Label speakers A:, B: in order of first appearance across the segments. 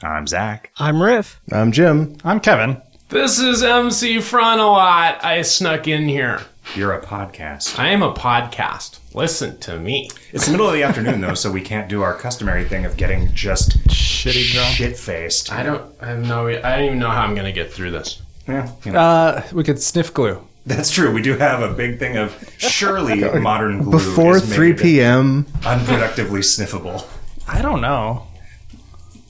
A: I'm Zach.
B: I'm Riff.
C: I'm Jim.
D: I'm Kevin.
E: This is MC Frontalot. I snuck in here.
A: You're a podcast.
E: I am a podcast. Listen to me.
A: It's the middle of the afternoon though, so we can't do our customary thing of getting just
D: Shitty drunk.
A: shit faced.
E: I don't. I have no. I don't even know how I'm gonna get through this.
A: Yeah, you know,
D: Uh, we could sniff glue.
A: that's true. We do have a big thing of surely modern glue
C: Before
A: is made
C: 3 p.m.,
A: unproductively sniffable.
D: I don't know.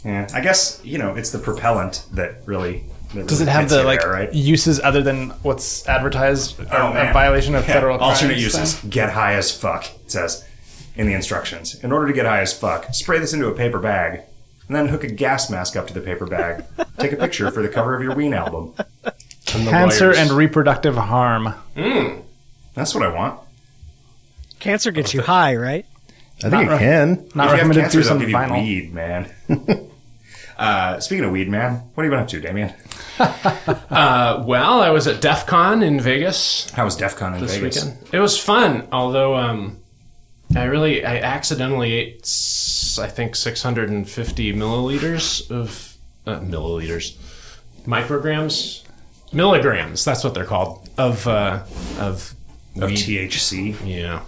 A: Yeah, I guess you know it's the propellant that really. That
D: Does it
A: really
D: have
A: gets
D: the
A: you
D: like
A: there, right?
D: uses other than what's advertised?
A: Oh,
D: a
A: man.
D: violation of
A: Yeah,
D: federal crimes
A: alternate
D: thing?
A: uses. Get high as fuck. It says in the instructions. In order to get high as fuck, spray this into a paper bag, and then hook a gas mask up to the paper bag. Take a picture for the cover of your Ween album. And the
D: Cancer
A: lawyers.
D: and reproductive harm.
A: that's what I want.
B: Cancer gets you high, right?
C: I think
D: Not
C: it can.
D: Not
A: If you have
D: recommended
A: cancer,
D: through
A: they'll
D: some
A: give you
D: vinyl.
A: weed, man. uh, speaking of weed, man, what have you been up to, Damien?
E: Uh, well, I was at DEF CON in Vegas
A: How was DEF CON in
E: this
A: Vegas?
E: weekend. It was fun, although um, I really I accidentally ate s- I think 650 milliliters of uh, milliliters, micrograms, milligrams. That's what they're called of uh, of
A: Of
E: weed.
A: THC.
E: Yeah,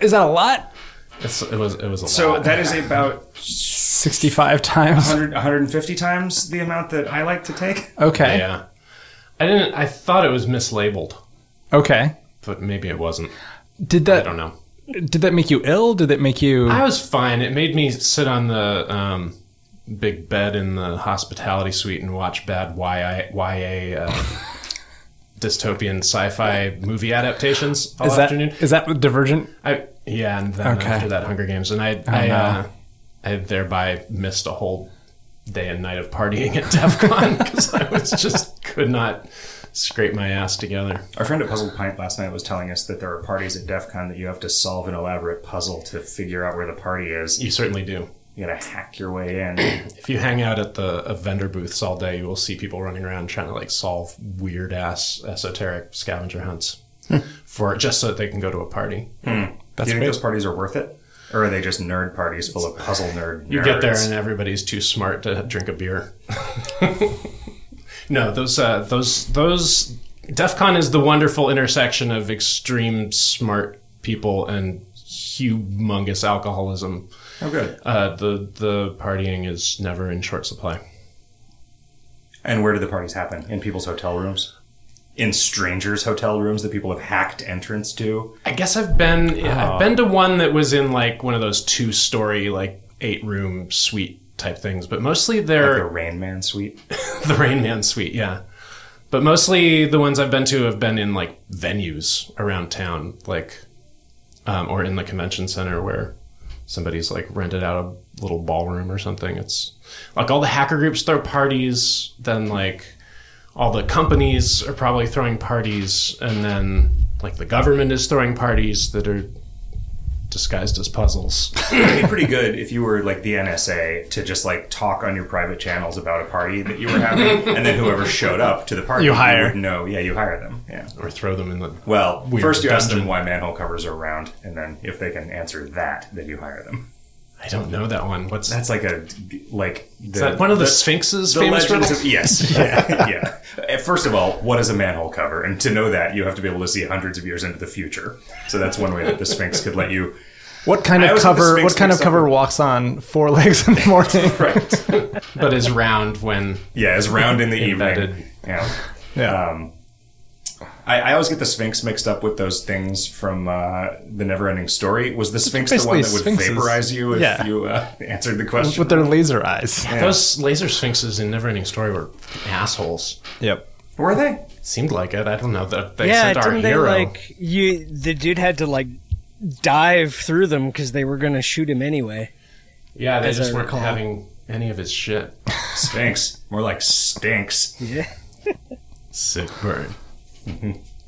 D: Is that a lot?
E: it's, it was it was a
A: So
E: lot.
A: that is about
D: Sixty-five times.
A: 100, 150 times the amount that I like to take.
D: Okay.
E: yeah, I didn't. I thought it was mislabeled,
D: Okay.
E: but maybe it wasn't.
D: Did
E: I
D: that
E: don't know.
D: did that make you ill? Did that make you?
E: I was fine. It made me sit on the um, big bed in the hospitality suite and watch bad YA, YA uh, dystopian sci-fi movie adaptations all
D: is that
E: afternoon.
D: is that divergent?
E: I, yeah, and then
D: Okay. Oh,
E: after that, Hunger Games, and I, I,
D: no.
E: uh, I thereby missed a whole day and night of partying at DEF CON because I was just could not scrape my ass together.
A: Our friend at Puzzled Pint last night was telling us that there are parties at DEF CON that you have to solve an elaborate puzzle to figure out where the party is.
E: You certainly do.
A: You gotta hack your way in.
E: If you hang out at the uh, vendor booths all day, you will see people running around trying to like solve weird ass esoteric scavenger hunts for just so that they can go to a party.
A: Do
D: That's
A: Hmm. you think
D: great.
A: those parties are worth it? Or are they just nerd parties full of puzzle nerd
E: You get there
A: nerds?
E: and everybody's too smart to drink a beer. no, those uh, those those DEF CON is the wonderful intersection of extreme smart people and humongous alcoholism.
A: Oh, good.
E: Uh, the the partying is never in short supply.
A: And where do the parties happen? In people's hotel rooms? In strangers' hotel rooms that people have hacked entrance to?
E: I guess I've been I've been to one that was in like one of those two story like eight room suite type things, but mostly
A: Like the
E: they're
A: Rain Man suite?
E: the Rain Man suite, yeah. But mostly the ones I've been to have been in like venues around town, like um, or in the convention center where somebody's like rented out a little ballroom or something. It's like all the hacker groups throw parties, then like all the companies are probably throwing parties, and then like the government is throwing parties that are disguised as puzzles.
A: It'd be pretty good if you were like the NSA to just like talk on your private channels about a party that you were having, and then whoever showed up to the party,
D: You hire.
A: would know. Yeah, you hire them. Yeah.
E: or throw them in the
A: Well,
E: Weird
A: first you ask them
E: dungeon.
A: why manhole covers are round, and then if they can answer that, then you hire them.
E: I don't know that one. What's
A: That's like a like the,
E: Is that one of the, Sphinx's
A: the
E: famous
A: legends
E: riddles?
A: of- yes, yeah, yeah. Uh, First of all, what is a manhole cover? And to know that, you have to be able to see hundreds of years into the future. So that's one way that the Sphinx could let you.
D: What kind
A: I
D: of
A: always have the
D: cover?
A: Sphinx
D: What kind of
A: mixed up
D: cover
A: with-
D: walks on four legs in the morning?
A: Right.
E: but is round when
A: Yeah, it's round in the
E: Embedded.
A: evening. Yeah.
D: Yeah.
A: Um, I, I always get the Sphinx mixed up with those things from uh, the Neverending Story. Was the Sphinx the one
D: basically
A: that would
D: sphinxes.
A: vaporize you if
D: Yeah.
A: you uh, answered the question?
D: with their laser eyes.
E: those laser sphinxes in Neverending Story were assholes.
D: Yep.
A: Were they?
E: Seemed like it. I don't know. They, they
B: yeah,
E: sent our
B: didn't they
E: hero.
B: like you? The dude had to like dive through them because they were gonna shoot him anyway.
E: yeah, they
B: as
E: just
B: I
E: weren't
B: recall.
E: having any of his shit.
A: Sphinx. More like stinks.
B: Yeah.
E: Sick burn. Mm-hmm.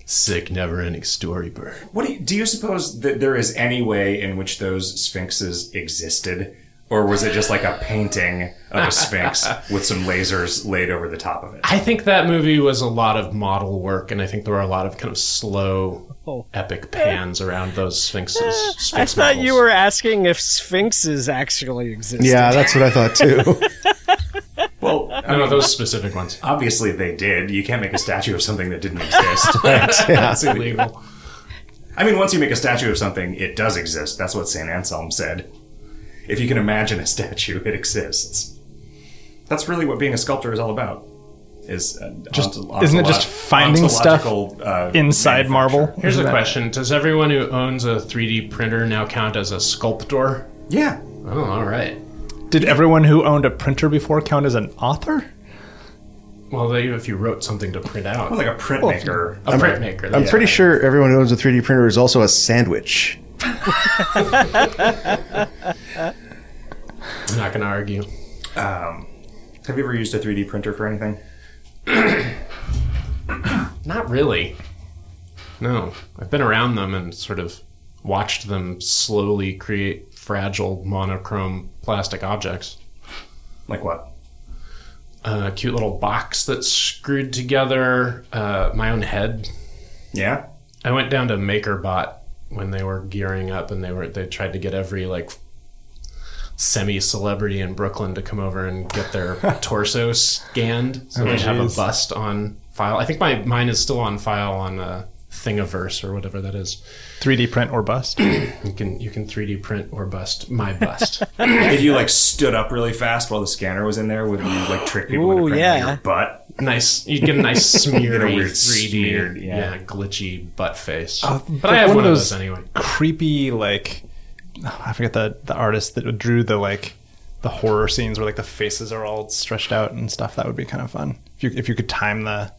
E: Sick Neverending Story burn.
A: What do you, do you suppose that there is any way in which those Sphinxes existed? Or was it just like a painting of a Sphinx with some lasers laid over the top of it?
E: I think that movie was a lot of model work, and I think there were a lot of kind of slow,
B: Oh.
E: epic pans around those sphinxes.
B: Ah, I
E: Sphinx
B: thought you
E: models.
B: were asking if sphinxes actually exist.
C: Yeah, that's what I thought too.
A: Well, I
E: No,
A: mean,
E: those specific ones.
A: obviously they did. You can't make a statue of something that didn't exist.
E: That's illegal.
A: I mean, once you make a statue of something, it does exist. That's what St. Anselm said. If you can imagine a statue, it exists. That's really what being a sculptor is all about. Is uh,
D: Just- isn't it just finding stuff
A: ontological, uh,
D: Inside marble.
E: Here's a
D: Isn't that-
E: question: Does everyone who owns a 3D printer now count as a sculptor?
A: Yeah,
E: Oh, all right.
D: Did everyone who owned a printer before count as an author?
E: Well, they, if you wrote something to print out,
A: more like a printmaker.
E: a printmaker.
C: I'm
E: that's-
C: pretty sure everyone who owns a 3D printer is also a sandwich.
E: I'm not going to argue.
A: Have you ever used a 3D printer for anything?
E: Not really. No, I've been around them and sort of watched them slowly create fragile monochrome plastic objects.
A: Like what?
E: A cute little box that's screwed together. Uh, my own head.
A: Yeah,
E: I went down to MakerBot when they were gearing up, and they were they tried to get every like semi celebrity in Brooklyn to come over and get their torso scanned, so they have a
D: jeez.
E: bust on file. I think my mine is still on file on uh, Thingiverse or whatever that is.
D: 3D print or bust?
E: You can you can 3D print or bust my bust.
A: if you like stood up really fast while the scanner was in there, would you like trick people into
B: Ooh,
A: printing
B: yeah.
A: your butt?
E: nice, you get a nice smeary
A: weird
E: 3D,
A: smeared,
E: yeah.
A: yeah.
E: glitchy butt face.
D: Oh,
E: but
D: like
E: I have
D: one
E: one,
D: of
E: of
D: those-
E: those anyway.
D: Creepy, like oh, I forget the the artist that drew the like the horror scenes where like the faces are all stretched out and stuff. That would be kind of fun if you if you could time the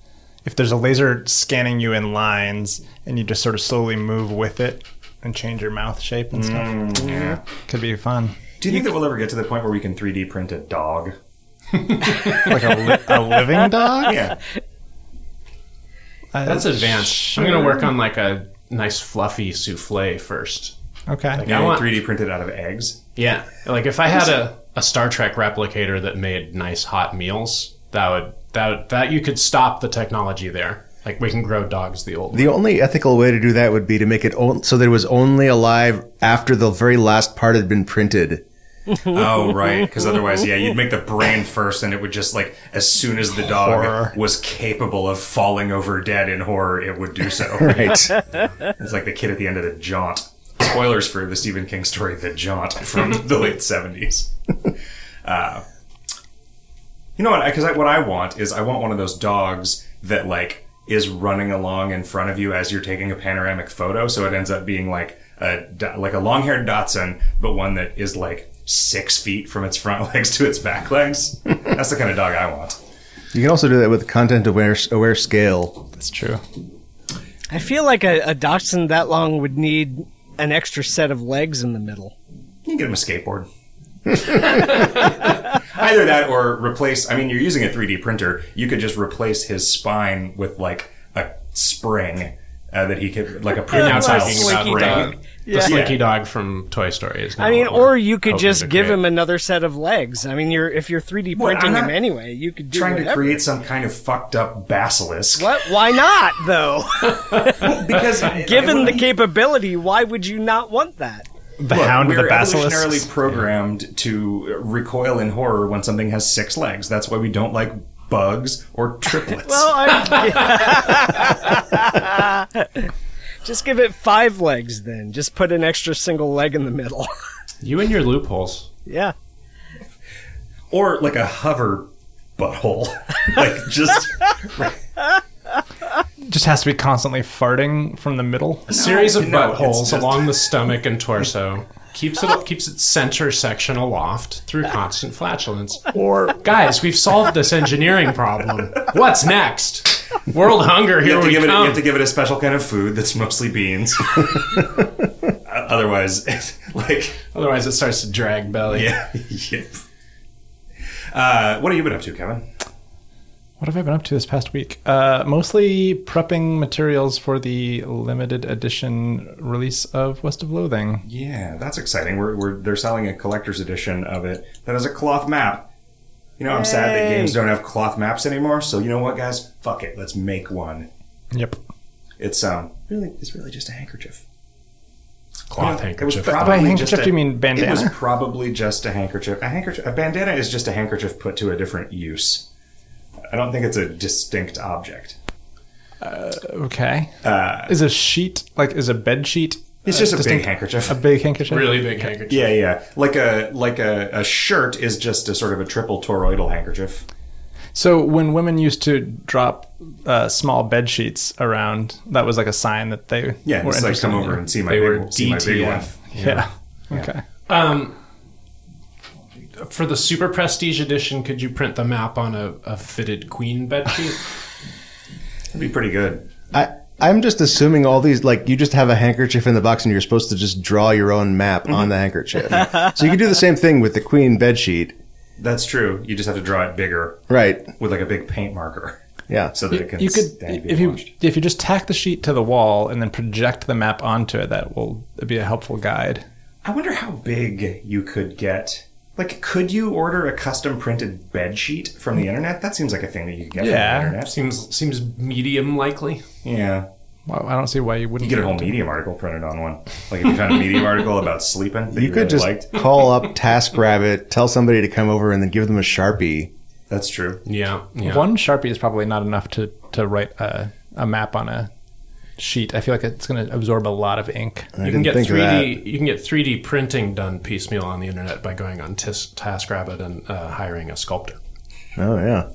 D: if there's a laser scanning you in lines and you just sort of slowly move with it and change your mouth shape and stuff.
E: Mm,
D: Could be fun.
A: Do you think that we'll ever get to the point where we can 3D print a dog?
D: Like a, li- a living dog.
A: Yeah,
D: Uh,
E: That's advanced. I'm gonna work on like a nice fluffy souffle first.
D: Okay.
A: yeah.
E: I want-
A: 3D printed out of eggs.
E: Yeah. Like if I had a, a Star Trek replicator that made nice hot meals, that would that that you could stop the technology there. Like we can grow dogs the old.
C: The only ethical way to do that would be to make it on- so that it was only alive after the very last part had been printed.
A: Oh, right. Because otherwise, yeah, you'd make the brain first, and it would just like as soon as the dog
D: Horror.
A: was capable of falling over dead in horror, it would do so.
C: Right.
A: It's like the kid at the end of the Jaunt. Spoilers for the Stephen King story, The Jaunt, from the late seventies. Uh, you know what? Because I, what I want is I want one of those dogs that like is running along in front of you as you're taking a panoramic photo, so it ends up being like a do- like a long-haired Dotson, but one that is like six feet from its front legs to its back legs. That's the kind of dog I want.
C: you can also do that with content aware aware scale.
D: That's true.
B: I feel like a, a dachshund that long would need an extra set of legs in the middle.
A: You can get him a skateboard. Either that or replace. I mean, you're using a 3D printer. You could just replace his spine with like a spring uh, that he could, like a
E: now
A: print
E: talking about
B: Slinky
E: the,
B: dog.
E: the
B: Yeah.
E: slinky dog from Toy Story. Is now
B: I mean,
A: Oh,
E: what we're
B: or you could
E: hoping to
B: just give
E: create.
B: him another set of legs. I mean, you're if you're 3D
A: Well, I'm
B: printing him
A: not
B: anyway, you could do
A: Trying
B: whatever.
A: to create some kind of fucked up basilisk.
B: what? Why not though?
A: Because
B: Given the capability, why would you not want that?
D: The
A: Look,
D: hound of
A: we're
D: the basilisk.
A: evolutionarily programmed to recoil in horror when something has six legs. That's why we don't like bugs or triplets.
B: Well, I just give it five legs then. Just put an extra single leg in the middle.
E: you and your loopholes.
B: yeah.
A: or like a hover butthole. like just.
D: Just has to be constantly farting from the middle.
E: A series of
A: no, it's
E: buttholes
A: just-
E: along the stomach and torso keeps it keeps its center section aloft through constant flatulence.
D: Or
E: Guys, we've solved this engineering problem. What's next? World hunger.
A: You
E: Here
A: have, to
E: we
A: give it, you
E: come.
A: have to give it a special kind of food that's mostly beans. O- Otherwise, like,
E: Otherwise, it starts to drag belly.
A: yeah, yep. Uh, what have you been up to, Kevin?
D: What have I been up to this past week? Uh, mostly prepping materials for the limited edition release of West of Loathing.
A: Yeah, that's exciting. We're, we're they're selling a collector's edition of it that has a cloth map. You know, I'm sad that games don't have cloth maps anymore. So you know what, guys? Fuck it. Let's make one.
D: Yep.
A: It's um really it's really just a handkerchief.
E: cloth
A: It was
E: handkerchief.
A: probably
D: handkerchief,
A: just a-
D: do you mean
A: It was
D: bandana?
A: probably just a handkerchief. A handkerchief, a bandana is just a handkerchief put to a different use. I don't think it's a distinct object.
D: Okay.
A: Uh,
D: is a sheet like is a bed sheet?
A: It's just a big
D: distinct-
A: handkerchief.
D: A big handkerchief.
E: really big handkerchief.
A: yeah, yeah. Like a like a, a shirt is just a sort of a triple toroidal handkerchief.
D: So when women used to drop uh, small bed sheets around, that was like a sign that they
A: Yeah,
D: were
A: it's like
D: interested
A: come
D: in
A: over
D: you.
A: and see my
E: They were
A: big, see my big one.
E: DTF.
D: Yeah. Okay.
E: Um, for the Super Prestige Edition, could you print the map on a, a fitted queen bedsheet?
A: It'd be pretty good.
C: I, I'm just assuming all these, like, you just have a handkerchief in the box and you're supposed to just draw your own map
A: Mm-hmm.
C: on the handkerchief. so you can do the same thing with the queen bedsheet.
A: That's true. You just have to draw it bigger
C: Right.
A: with like a big paint marker,
C: Yeah.
A: so that
D: You,
A: it can
D: you could
A: stand
D: if
A: being
D: you
A: washed.
D: if you just tack the sheet to the wall and then project the map onto it, that will be a helpful guide.
A: I wonder how big you could get. Like, could you order a custom printed bed sheet from the internet? That seems like a thing that you could get
D: Yeah.
A: from the internet.
E: seems seems medium likely.
A: Yeah.
D: Well, I don't see why you
A: You
D: wouldn't
A: get a
D: be
A: whole
D: able to-
A: Medium article printed on one. Like, if you found a Medium article about sleeping that
C: You
A: really
C: could just
A: liked.
C: call up TaskRabbit, tell somebody to come over, and then give them a Sharpie.
A: That's true.
E: Yeah, yeah.
D: One sharpie is probably not enough to to write a, a map on a sheet. I feel like it's going to absorb a lot of ink.
C: I
E: you can
C: didn't
E: get
C: think of
E: three
C: that.
E: D you can get three D printing done piecemeal on the internet by going on Tis- TaskRabbit and uh, hiring a sculptor.
C: Oh, yeah.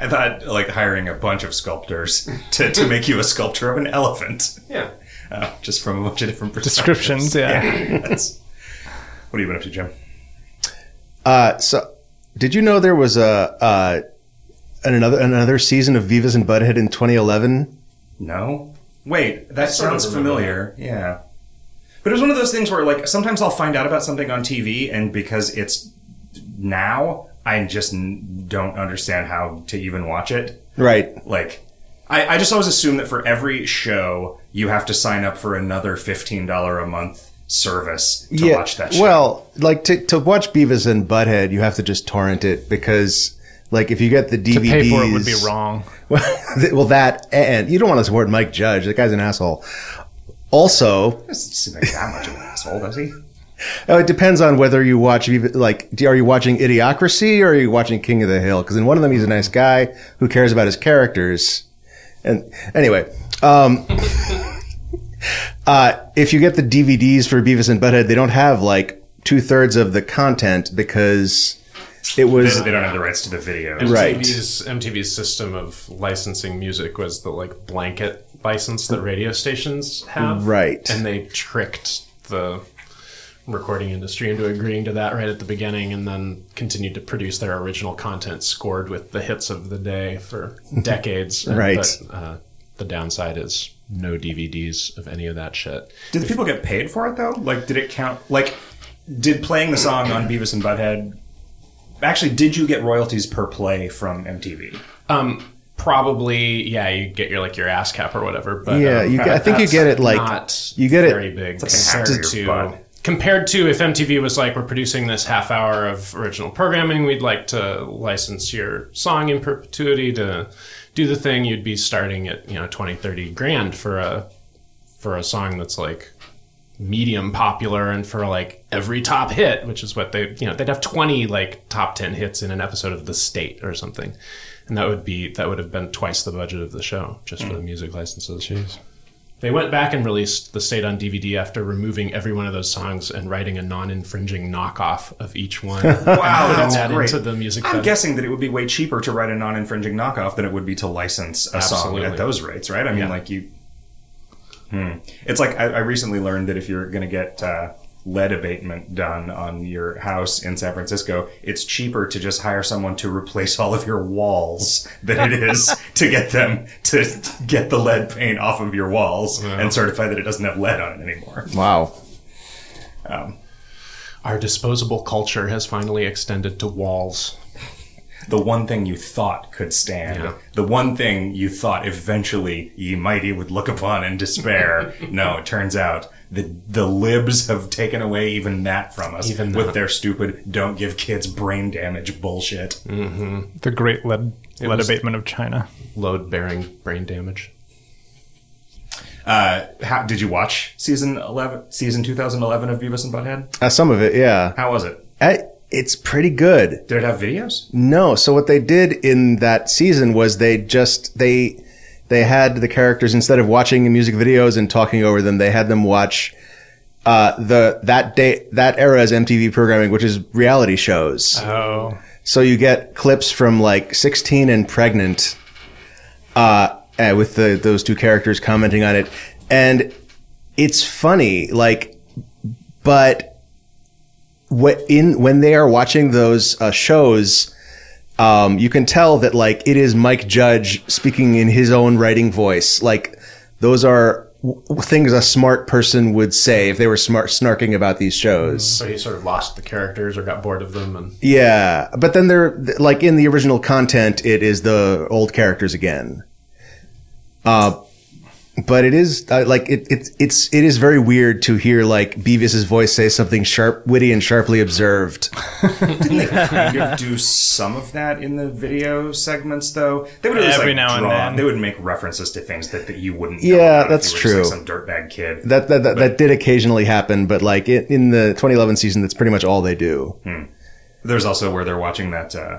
A: I thought, like, hiring a bunch of sculptors to, to make you a sculpture of an elephant.
E: Yeah.
A: Uh, just from a bunch of different
D: Descriptions,
A: perspectives.
D: yeah.
A: that's, what have you been up to, Jim?
C: Uh, so, did you know there was a uh, an- another another season of Beavis and Butthead in 2011?
A: No. Wait, that
E: sort of
A: sounds
E: remember
A: familiar. Yeah. But it was one of those things where, like, sometimes I'll find out about something on TV, and because it's now, I just n- don't understand how to even watch it.
C: Right.
A: Like, I, I just always assume that for every show, you have to sign up for another $15 a month service to watch that show.
C: Well, like to to watch Beavis and Butthead, you have to just torrent it because. Like if you get the DVDs,
D: To pay for it would be wrong.
C: well, that and you don't want to support Mike Judge. That guy's an asshole. Also,
A: doesn't seem like that much of an asshole, does he?
C: oh, it depends on whether you watch. Beavis- Like, do- are you watching Idiocracy or are you watching King of the Hill? Because in one of them, he's a nice guy who cares about his characters. And anyway, um, uh, if you get the DVDs for Beavis and Butthead, they don't have like two thirds of the content because it was
A: They don't have the rights to the video.
C: Right.
E: MTV's, MTV's system of licensing music was the like blanket license that radio stations have.
C: Right.
E: And they tricked the recording industry into agreeing to that right at the beginning and then continued to produce their original content scored with the hits of the day for decades. And-
C: Right.
E: But, uh, the downside is no DVDs of any of that shit.
A: Did the people get paid for it though? Like, did it count? Like, did playing the song on Beavis and Butthead actually? Did you get royalties per play from MTV?
E: Um, probably, yeah, you get your like your ass cap or whatever. But
C: yeah.
E: um,
C: You, get- I think you
A: that's
C: get it like
E: not
C: you get
E: very
C: it.
E: big
A: like a hack
E: compared
A: to
E: to
A: your butt.
E: compared to if MTV was like we're producing this half hour of original programming we'd like to license your song in perpetuity to do the thing you'd be starting at you know 20 30 grand for a for a song that's like medium popular and for like every top hit which is what they you know they'd have 20 like top 10 hits in an episode of the state or something and that would be that would have been twice the budget of the show just for the music licenses they went back and released the state on DVD after removing every one of those songs and writing a non-infringing knockoff of each one.
A: Wow, that's
E: that
A: great.
E: into the music.
A: I'm
E: fed-
A: guessing that it would be way cheaper to write a non-infringing knockoff than it would be to license a
E: Absolutely.
A: song at those rates, right? I mean,
E: Yeah.
A: like you. Hmm. It's like I, I recently learned that if you're going to get uh, lead abatement done on your house in San Francisco, it's cheaper to just hire someone to replace all of your walls than it is to get them to get the lead paint off of your walls and certify that it doesn't have lead on it anymore.
C: Wow.
E: Our disposable culture has finally extended to walls.
A: the one thing you thought could stand,
E: Yeah.
A: the one thing you thought eventually ye mighty would look upon in despair. no, it turns out the the libs have taken away even that from us
E: Even
A: with
E: that.
A: their stupid "don't give kids brain damage" bullshit.
D: The great lead lead
E: was-
D: abatement of China.
E: Load-bearing brain damage.
A: Uh, how, did you watch season eleven, season 2011 of Beavis and Butthead?
C: Uh, some of it, yeah.
A: How was it?
C: I, it's pretty good.
A: Did it have videos?
C: No. So what they did in that season was they just they they had the characters instead of watching music videos and talking over them, they had them watch uh, the that day that era's MTV programming, which is reality shows.
D: Oh,
C: So you get clips from like 16 and pregnant, uh, eh, with the, those two characters commenting on it, and it's funny, like, but what in when they are watching those uh, shows, um, you can tell that like it is Mike Judge speaking in his own writing voice. Like those are w- things a smart person would say if they were smart snarking about these shows.
E: So he sort of lost the characters or got bored of them, and
C: Yeah, but then they're like in the original content, it is the old characters again. Uh, but it is uh, like it, it it's it is very weird to hear like Beavis's voice say something sharp, witty, and sharply observed.
A: Didn't they kind of do some of that in the video segments, though? They would at least,
D: Every
A: like,
D: now and
A: draw-
D: then.
A: They would make references to things that, that you wouldn't.
C: Yeah,
A: know about if
C: that's
A: you were just,
C: true.
A: Like some dirtbag kid.
C: That that that, that did occasionally happen, but like it, in the 2011 season, that's pretty much all they do.
A: There's also where they're watching that. Uh,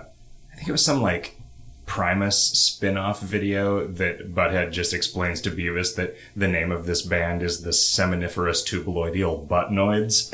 A: I think it was some like Primus spin-off video that Butthead just explains to Beavis that the name of this band is the Seminiferous Tubuloideal Buttnoids.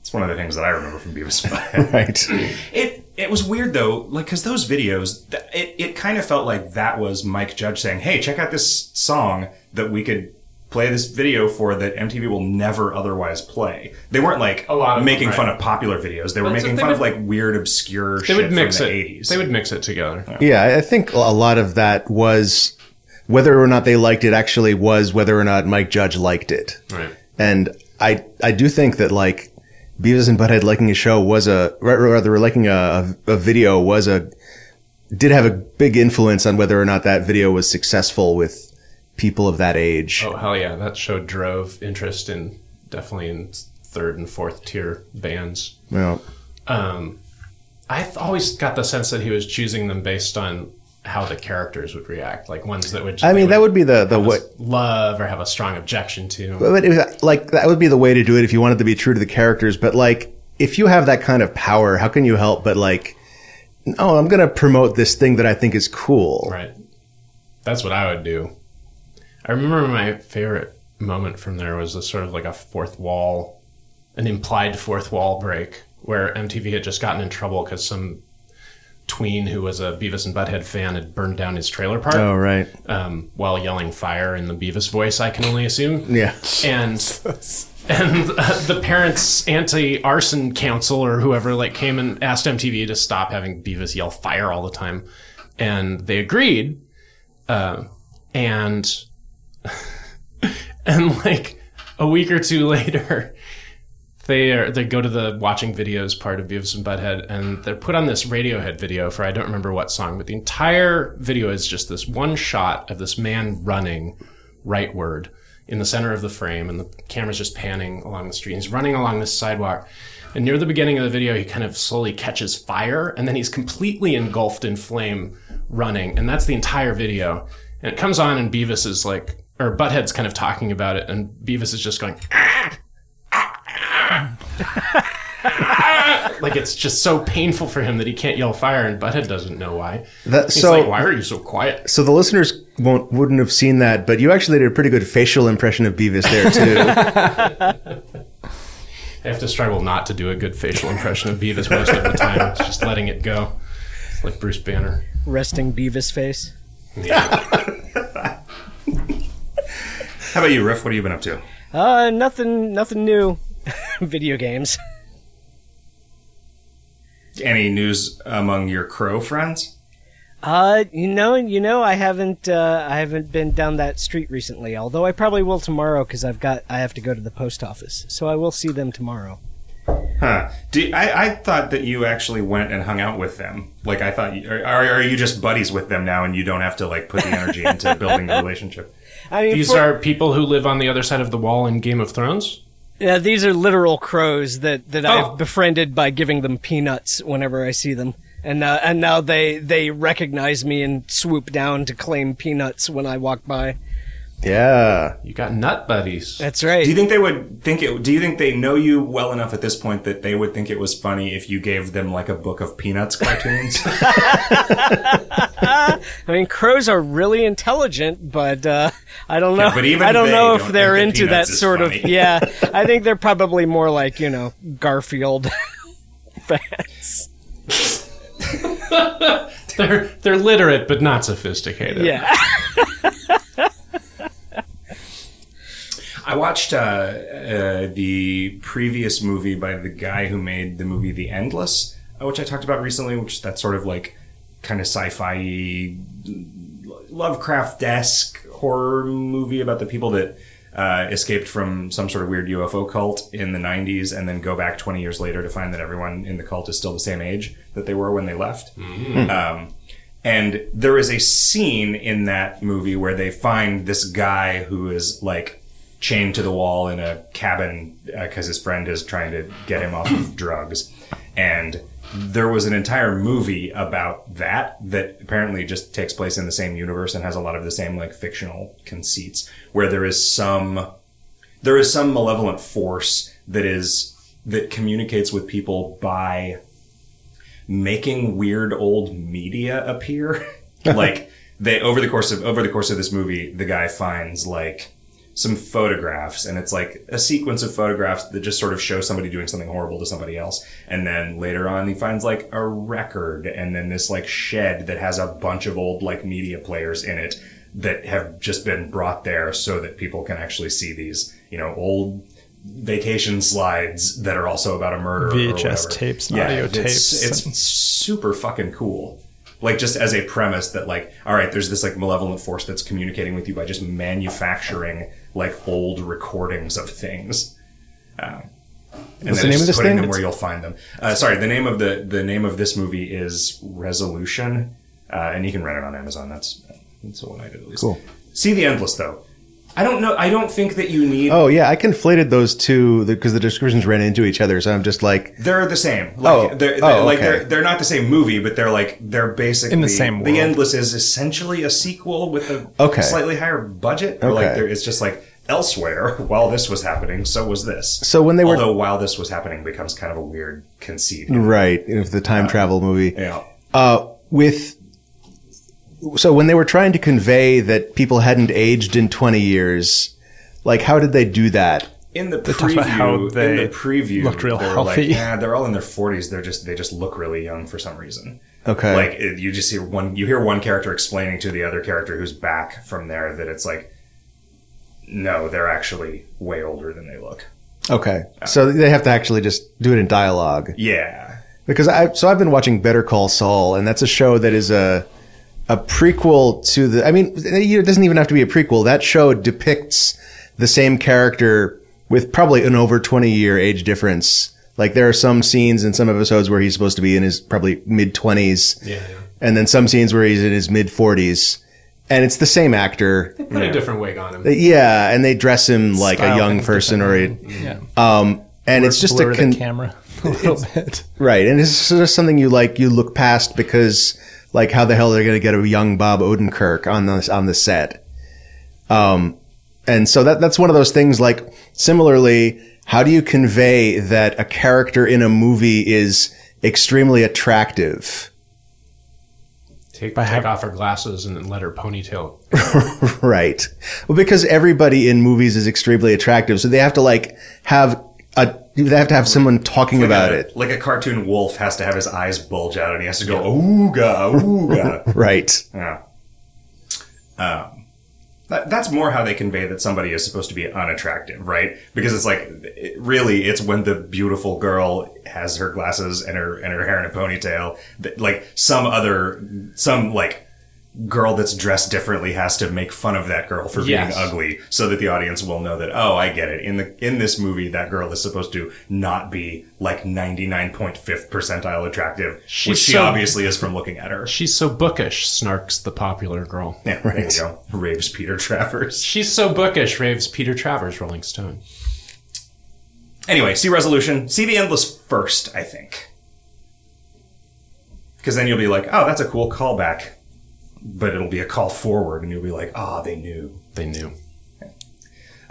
A: it's one of the things that I remember from Beavis and Butthead.
C: Right?
A: It it was weird though, like because those videos, th- it it kind of felt like that was Mike Judge saying, "Hey, check out this song that we could." Play this video for that MTV will never otherwise play. They weren't like a
E: lot of them,
A: making
E: right.
A: fun of popular videos. They were
E: That's
A: making
E: what they
A: fun of
E: would-
A: like weird, obscure
E: they
A: shit
E: would mix
A: from
E: it.
A: the eighties.
E: They would mix it together.
C: Yeah, I- I think a lot of that was whether or not they liked it. Actually, was whether or not Mike Judge liked it.
E: Right.
C: And I I do think that like Beavis and Butthead liking a show was a ra- ra- rather liking a, a video was a did have a big influence on whether or not that video was successful with people of that age.
E: Oh hell yeah, that show drove interest in definitely in third and fourth tier bands.
C: Yeah.
E: Um, I th- always got the sense that he was choosing them based on how the characters would react, like ones that would.
C: I mean
E: they
C: that would be the the
E: have
C: what
E: a s- love or have a strong objection to.
C: but it was, like that would be the way to do it if you wanted to be true to the characters. But like if you have that kind of power, how can you help but like oh I'm gonna promote this thing that I think is cool.
E: Right. That's what I would do. I remember my favorite moment from there was a sort of like a fourth wall, an implied fourth wall break where MTV had just gotten in trouble because some tween who was a Beavis and Butthead fan had burned down his trailer park
C: Oh right.
E: um, while yelling fire in the Beavis voice, I can only assume
C: Yeah.
E: and and uh, the parents anti arson council or whoever like came and asked MTV to stop having Beavis yell fire all the time, and they agreed, uh, and and like a week or two later. They are, they go to the watching videos part of Beavis and Butthead, and they're put on this Radiohead video for I don't remember what song, but the entire video is just this one shot of this man running rightward in the center of the frame, and the camera's just panning along the street. He's running along this sidewalk, and near the beginning of the video, he kind of slowly catches fire, and then he's completely engulfed in flame running, and that's the entire video. And it comes on, and Beavis is like, or Butthead's kind of talking about it, and Beavis is just going, like it's just so painful for him that he can't yell fire, and Butthead doesn't know why.
C: That,
E: He's
C: so
E: like, why are you so quiet?
C: So the listeners won't wouldn't have seen that, but you actually did a pretty good facial impression of Beavis there too.
E: I have to struggle not to do a good facial impression of Beavis most of the time. It's just letting it go. It's like Bruce Banner.
B: Resting Beavis face.
A: How about you, Riff? What have you been up to?
B: Uh, nothing, nothing new. Video games.
A: Any news among your crow friends?
B: Uh, you know, you know, I haven't, uh, I haven't been down that street recently. Although I probably will tomorrow because I've got, I have to go to the post office, so I will see them tomorrow.
A: Huh? Do, I, I thought that you actually went and hung out with them. Like I thought, you, are, are you just buddies with them now, and you don't have to like put the energy into building the relationship?
B: I mean,
E: These
B: for-
E: are people who live on the other side of the wall in Game of Thrones.
B: yeah, these are literal crows that that
E: Oh.
B: I've befriended by giving them peanuts whenever I see them, and uh, and now they they recognize me and swoop down to claim peanuts when I walk by.
C: Yeah.
E: You got nut buddies.
B: That's right.
A: Do you think they would think it? Do you think they know you well enough at this point that they would think it was funny if you gave them like a book of Peanuts cartoons?
B: I mean, crows are really intelligent, but uh, I don't know.
A: Yeah, but even
B: I don't
A: they
B: know
A: don't
B: if they're
A: think that
B: into that
A: Peanuts is
B: sort of.
A: funny.
B: Yeah, I think they're probably more like you know Garfield fans.
E: They're they're literate but not sophisticated.
B: Yeah,
A: I watched uh, uh, the previous movie by the guy who made the movie The Endless, uh, which I talked about recently, which is that sort of like kind of sci-fi Lovecraft-esque horror movie about the people that uh, escaped from some sort of weird UFO cult in the 90s and then go back 20 years later to find that everyone in the cult is still the same age that they were when they left. Um, and there is a scene in that movie where they find this guy who is like chained to the wall in a cabin because his friend is trying to get him off of drugs. And there was an entire movie about that that apparently just takes place in the same universe and has a lot of the same like fictional conceits where there is some there is some malevolent force that is that communicates with people by making weird old media appear. like they over the course of over the course of this movie, the guy finds like some photographs and it's like a sequence of photographs that just sort of show somebody doing something horrible to somebody else and then later on he finds like a record and then this like shed that has a bunch of old like media players in it that have just been brought there so that people can actually see these you know old vacation slides that are also about a murder or
D: VHS
A: whatever.
D: tapes, audio
A: it's,
D: tapes.
A: it's super fucking cool like just as a premise that like all right there's this like malevolent force that's communicating with you by just manufacturing like old recordings of things um, and
C: What's
A: then
C: the name of
A: just
C: this
A: putting
C: thing?
A: them where you'll find them uh, sorry the name of the the name of this movie is resolution uh, and you can rent it on amazon that's that's the one i did at least
C: Cool.
A: see the endless though i don't know i don't think that you need
C: Oh yeah, I conflated those two because the descriptions ran into each other. So I'm just like,
A: They're the same.
C: Oh.
A: Like, they're, they're,
C: Oh,
A: like
C: okay.
A: they're, they're not the same movie, but they're like they're basically
D: In the same world.
A: The Endless is essentially a sequel with a
C: Okay.
A: slightly higher budget. Or
C: Okay.
A: Like there, it's just like elsewhere. While this was happening, so was this.
C: so when they were
A: Although while this was happening becomes kind of a weird conceit.
D: Mm.
C: right, if the time travel movie
A: Yeah.
C: uh, with. So when they were trying to convey that people hadn't aged in 20 years, like how did they do that?
A: In the
D: talked
A: preview,
D: about how
A: in
D: they
A: the preview,
D: looked real
A: they were
D: healthy.
A: Like, nah, they're all in their forties. They're just they just look really young for some reason.
C: Okay.
A: like it- you just hear one you hear one character explaining to the other character who's back from there that it's like no they're actually way older than they look
C: Okay. So they have to actually just do it in dialogue.
A: yeah
C: because I so I've been watching Better Call Saul, and that's a show that is a a prequel to the. I mean, it doesn't even have to be a prequel. That show depicts the same character with probably an over twenty year age difference. Like there are some scenes in some episodes where he's supposed to be in his probably mid twenties,
E: Yeah, yeah.
C: and then some scenes where he's in his mid forties, and it's the same actor.
E: Put a different wig on him.
C: Yeah, and they dress him like a
D: Style
C: young
D: things
C: person or a.
D: Yeah.
C: Um, and it's just
D: Blur
C: a con-
D: the camera a little bit.
C: Right, and it's sort of something you like you look past because like how the hell they're going to get a young Bob Odenkirk on the on the set, um, and so that that's one of those things. Like similarly, how do you convey that a character in a movie is extremely attractive?
E: Take, take off her glasses and then let her ponytail.
C: Right. Well, because everybody in movies is extremely attractive, so they have to like have a they have to have someone talking about
A: Like a-
C: it.
A: like a cartoon wolf has to have his eyes bulge out and he has to go ooga ooga
C: Right.
A: yeah um, that, that's more how they convey that somebody is supposed to be unattractive right because it's like it- really it's when the beautiful girl has her glasses and her and her hair in a ponytail that, like some other some like girl that's dressed differently has to make fun of that girl for
E: Yes.
A: being ugly so that the audience will know that oh i get it in the in this movie that girl is supposed to not be like 99.5th percentile attractive
E: She's
A: which she
E: so-
A: obviously is from looking at her
E: She's so bookish, snarks the popular girl.
A: yeah, right. There you go. Raves Peter Travers.
E: She's so bookish, raves Peter Travers, Rolling Stone.
A: Anyway, see resolution. See the endless first, I think. Because then you'll be like, oh, that's a cool callback. But it'll be a call forward, and you'll be like, ah, they knew.
E: They knew.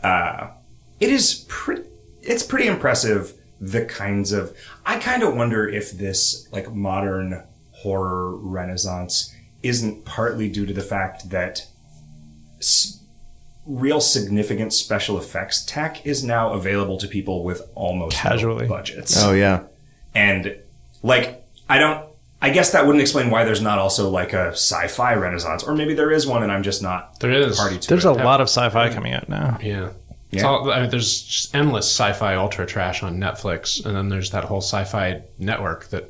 A: it is pretty it's pretty impressive the kinds of i kind of wonder if this like modern horror renaissance isn't partly due to the fact that s- real significant special effects tech is now available to people with almost no
D: Casually.
A: budgets
C: Oh yeah.
A: and like i don't i guess that wouldn't explain why there's not also like a sci-fi renaissance or maybe there is one and i'm just not
E: There is.
A: party to
D: There's
A: it.
D: a lot of sci-fi coming out now.
E: Yeah. It's all, I mean, there's just endless sci-fi ultra trash on Netflix, and then there's that whole sci-fi network that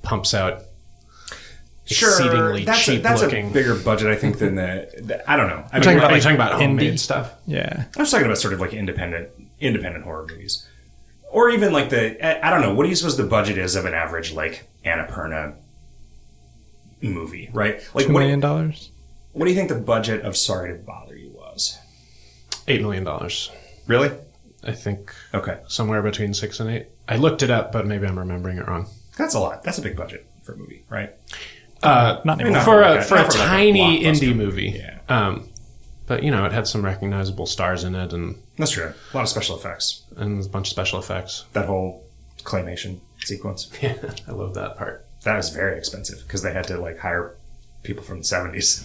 E: pumps out exceedingly
A: that's
E: cheap
A: a, that's
E: looking.
A: a bigger budget i think than the, the- i don't know i mean,
E: Are
D: talking
E: you
A: like-
D: about, like,
E: talking about homemade
D: indie?
E: stuff?
D: Yeah,
A: i'm just talking about sort of like independent independent horror movies or even like the I- i don't know what do you suppose the budget is of an average like annapurna movie right like
D: two
A: what,
D: million dollars.
A: what do you think the budget of sorry to bother you was
E: Eight million dollars,
A: really
E: I think,
A: okay
E: somewhere between six and eight. I looked it up, but maybe I'm remembering it wrong.
A: that's a lot that's a big budget for a movie right
E: Uh,
D: Not anymore.
E: for
A: like
E: a
A: a-
E: for a
A: not for like a
E: tiny
A: blockbuster
E: indie
A: movie.
E: movie.
A: Yeah.
E: Um, but you know, it had some recognizable stars in it and
A: that's true a lot of special effects
E: and a bunch of special effects.
A: that whole claymation sequence
E: Yeah, I love that part.
A: that was very expensive because they had to like hire people from the 70s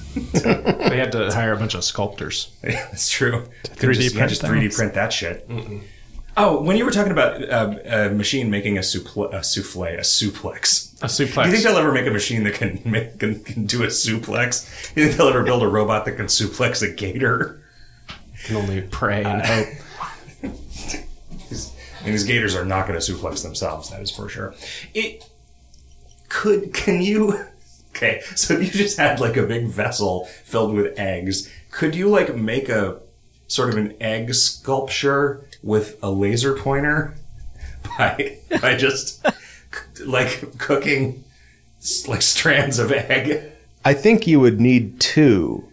E: They had to hire a bunch of sculptors.
A: Yeah, that's true.
D: 3D
A: Couldn't just, you can't
D: print
A: just
D: things.
A: 3D print that shit. Oh, when you were talking about uh, a machine making a, suple- a souffle, a suplex.
E: A suplex.
A: Do you think they'll ever make a machine that can make can, can do a suplex? Do you think they'll ever build a robot that can suplex a gator?
E: can only pray and hope.
A: These- And these gators are not going to suplex themselves. That is for sure. It could. Can you? Okay, so if you just had like a big vessel filled with eggs, could you like make a sort of an egg sculpture with a laser pointer by by just c- like cooking s- like strands of egg?
C: I think you would need two.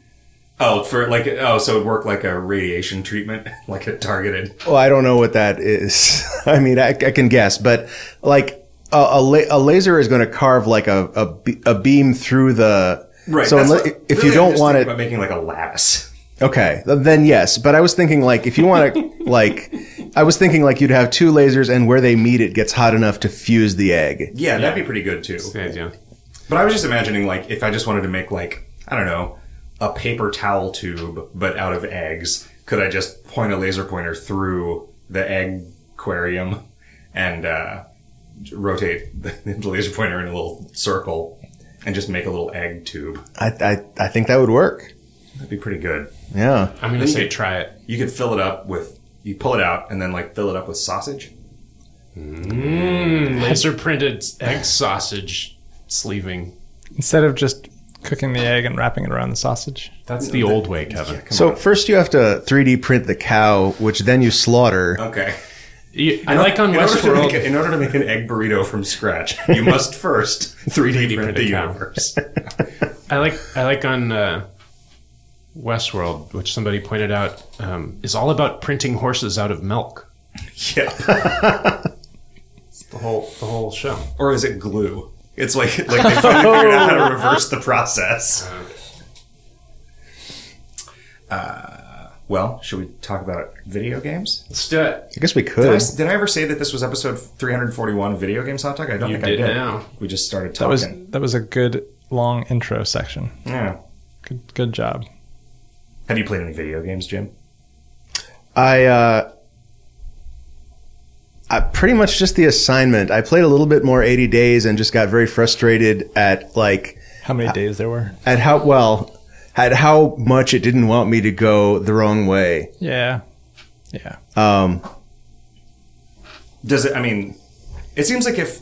A: Oh, for like oh, so it'd work like a radiation treatment, like a targeted.
C: Well, Oh, I don't know what that is. I mean, I, I can guess, but like a, a, la- a laser is going to carve like a, a, be- a beam through the.
A: Right.
C: So
A: that's
C: unless,
A: what-
C: if
A: really,
C: you
A: I'm
C: don't
A: just
C: want
A: thinking
C: it,
A: about making like a lattice.
C: okay, th- then yes. But I was thinking like if you want to, like, I was thinking like you'd have two lasers, and where they meet, it gets hot enough to fuse the egg.
A: Yeah, that'd be pretty good too.
E: Yeah, yeah.
A: But I was just imagining like if I just wanted to make like I don't know a paper towel tube but out of eggs, could I just point a laser pointer through the egg aquarium and uh, rotate the, the laser pointer in a little circle and just make a little egg tube?
C: I, I, I think that would work.
A: That'd be pretty good.
C: Yeah.
E: I'm gonna say try it.
A: You could fill it up with you pull it out and then like fill it up with sausage.
E: Mm, Laser printed egg sausage sleeving.
D: Instead of just cooking the egg and wrapping it around the sausage.
E: That's the old way, Kevin.
C: So first you have to 3D print the cow, which then you slaughter.
A: Okay.
E: You- I like on
A: In order, to make
E: Westworld.
A: a, in order to make an egg burrito from scratch, you must first 3D print
E: print
A: the
E: a cow.
A: universe.
E: I like I like on uh, Westworld, which somebody pointed out um, is all about printing horses out of milk.
A: Yeah.
E: The whole the whole show.
A: or is it glue? It's like like they finally figured out how to reverse the process. Uh, Oh. Uh, well, should we talk about video games?
E: Let's do it.
C: I guess we
A: Did I,
C: could.
A: did I ever say that this was episode 341 of Video Games Hot Dog? I don't
E: You
A: think
E: did
A: I did.
E: now.
A: We just started
D: That
A: talking.
D: was that was a good long intro section.
A: yeah.
D: Good good job.
A: Have you played any video games, Jim?
C: I uh I pretty much just the assignment. I played a little bit more 80 days and just got very frustrated at like
D: How many days there were?
C: at how well at how much it didn't want me to go the wrong way.
D: Yeah, yeah.
C: Um
A: Does it? I mean, it seems like if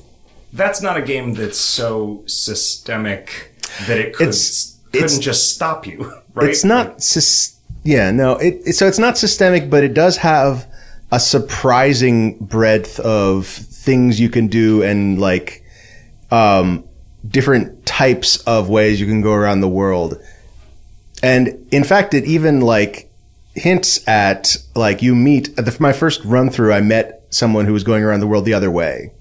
A: that's not a game that's so systemic that it could,
C: It's-
A: couldn't
C: it's-
A: just stop you, right?
C: It's not sys- yeah, no. It, it- so it's not systemic, but it does have a surprising breadth of things you can do and like um, different types of ways you can go around the world. And in fact, it even like hints at like you meet at the, my first run through. I met someone who was going around the world the other way,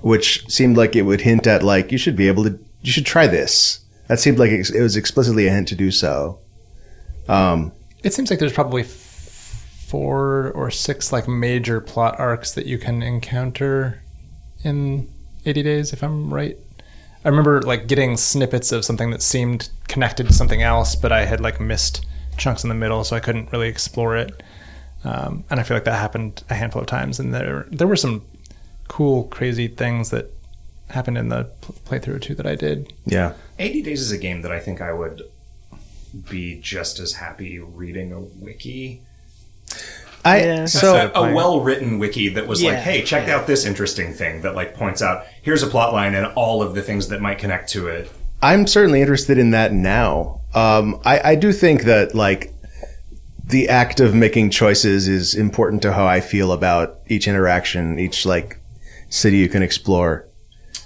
C: which seemed like it would hint at like you should be able to you should try this. That seemed like it was explicitly a hint to do so. Um,
D: It seems like there's probably f- four or six like major plot arcs that you can encounter in 80 days, if I'm right. I remember like getting snippets of something that seemed connected to something else, but I had like missed chunks in the middle, so I couldn't really explore it. Um, and I feel like that happened a handful of times, and there there were some cool, crazy things that happened in the pl- playthrough too that I did.
C: Yeah.
A: 80 Days is a game that I think I would be just as happy reading a wiki.
C: I
B: Yeah.
C: so
A: a well written wiki that was like,
B: Yeah,
A: hey, check out this interesting thing that like points out here's a plot line and all of the things that might connect to it.
C: I'm certainly interested in that now. Um, I, I do think that like the act of making choices is important to how I feel about each interaction, each like city you can explore.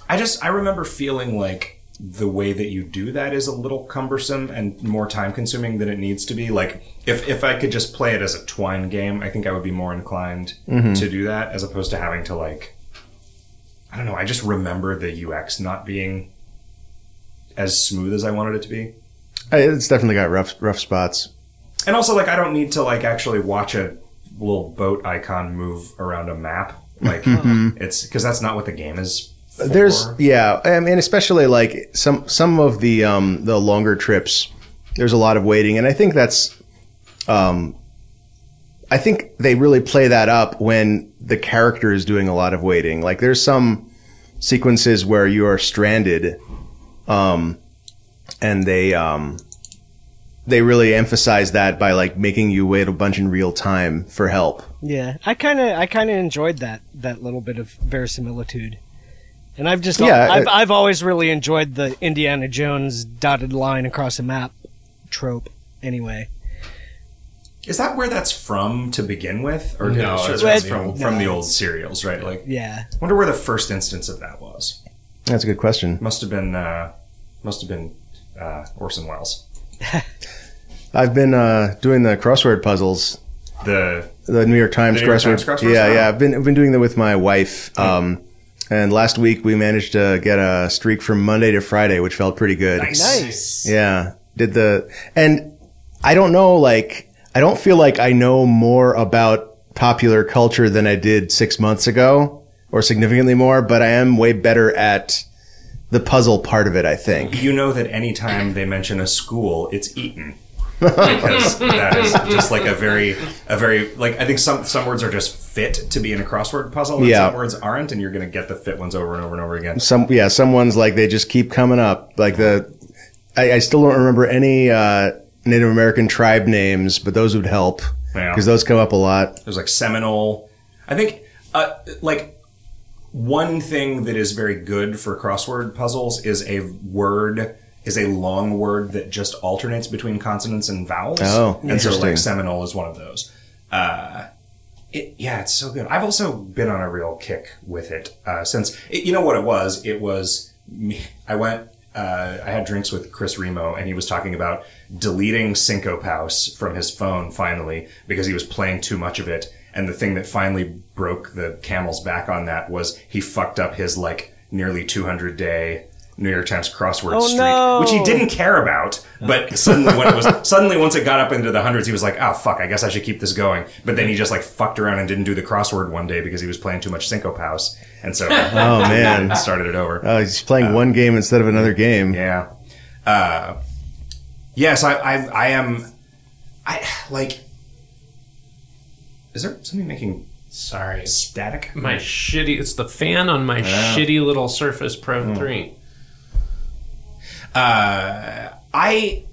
A: I just I remember feeling like the way that you do that is a little cumbersome and more time consuming than it needs to be. Like if if I could just play it as a twine game, I think I would be more inclined to do that as opposed to having to like I don't know, I just remember the UX not being as smooth as I wanted it to be.
C: I, it's definitely got rough rough spots.
A: And also, like, I don't need to like actually watch a little boat icon move around a map. Like, it's because that's not what the game is. for.
C: There's yeah, I mean especially like some some of the um the longer trips, there's a lot of waiting and I think that's um I think they really play that up when the character is doing a lot of waiting. Like there's some sequences where you are stranded um and they um they really emphasize that by like making you wait a bunch in real time for help.
B: Yeah, I kind of I kind of enjoyed that that little bit of verisimilitude, and I've just
C: Yeah,
B: I've,
C: uh,
B: I've always really enjoyed the Indiana Jones dotted line across a map trope. Anyway,
A: is that where that's from to begin with, or
E: No,
A: it's
E: it's
A: just
B: from the
A: from
B: old-
A: from the
B: no.
A: old serials, right? Like,
B: yeah,
A: I wonder where the first instance of that was.
C: That's a good question.
A: Must have been, uh, must have been uh, Orson Welles.
C: I've been uh doing the crossword puzzles
A: The
C: the New York Times
A: The New York
C: crossword.
A: Times crossword?
C: yeah,
A: Oh.
C: yeah. I've been I've been doing that with my wife. Um, and last week we managed to get a streak from Monday to Friday, which felt pretty good.
B: nice.
C: Yeah. Did the and I don't know. Like I don't feel like I know more about popular culture than I did six months ago, or significantly more. But I am way better at the puzzle part of it. I think.
A: you know that anytime they mention a school, it's Eton. because that is just like a very, a very like I think some some words are just fit to be in a crossword puzzle, and
C: Yeah.
A: some words aren't, and you're going to get the fit ones over and over and over again.
C: Some yeah, someone's like they just keep coming up. Like the I, I still don't remember any uh, Native American tribe names, but those would help
A: Yeah.
C: because those come up a lot.
A: There's like Seminole. I think uh, like one thing that is very good for crossword puzzles is a word is a long word that just alternates between consonants and vowels.
C: Oh,
A: and so
C: interesting.
A: like Seminole is one of those. Uh, it, yeah, it's so good. I've also been on a real kick with it uh, since it, you know what it was. It was me. I went. Uh, I had drinks with Chris Remo, and he was talking about deleting Syncope House from his phone finally because he was playing too much of it. And the thing that finally broke the camel's back on that was he fucked up his like nearly 200 day New York Times crossword streak,
B: no.
A: which he didn't didn't care about, but suddenly when it was suddenly once it got up into the hundreds, he was like, "Oh fuck, I guess I should keep this going." But then he just like fucked around and didn't do the crossword one day because he was playing too much Syncope House, and so
C: Oh man,
A: started it over.
C: oh, he's playing one game instead of another game.
A: Yeah. Uh, yes, I, I, I am. I like. Is there something making
E: Sorry. It's
A: static?
E: my shitty. It's the fan on my shitty little Surface Pro 3.
A: Uh, I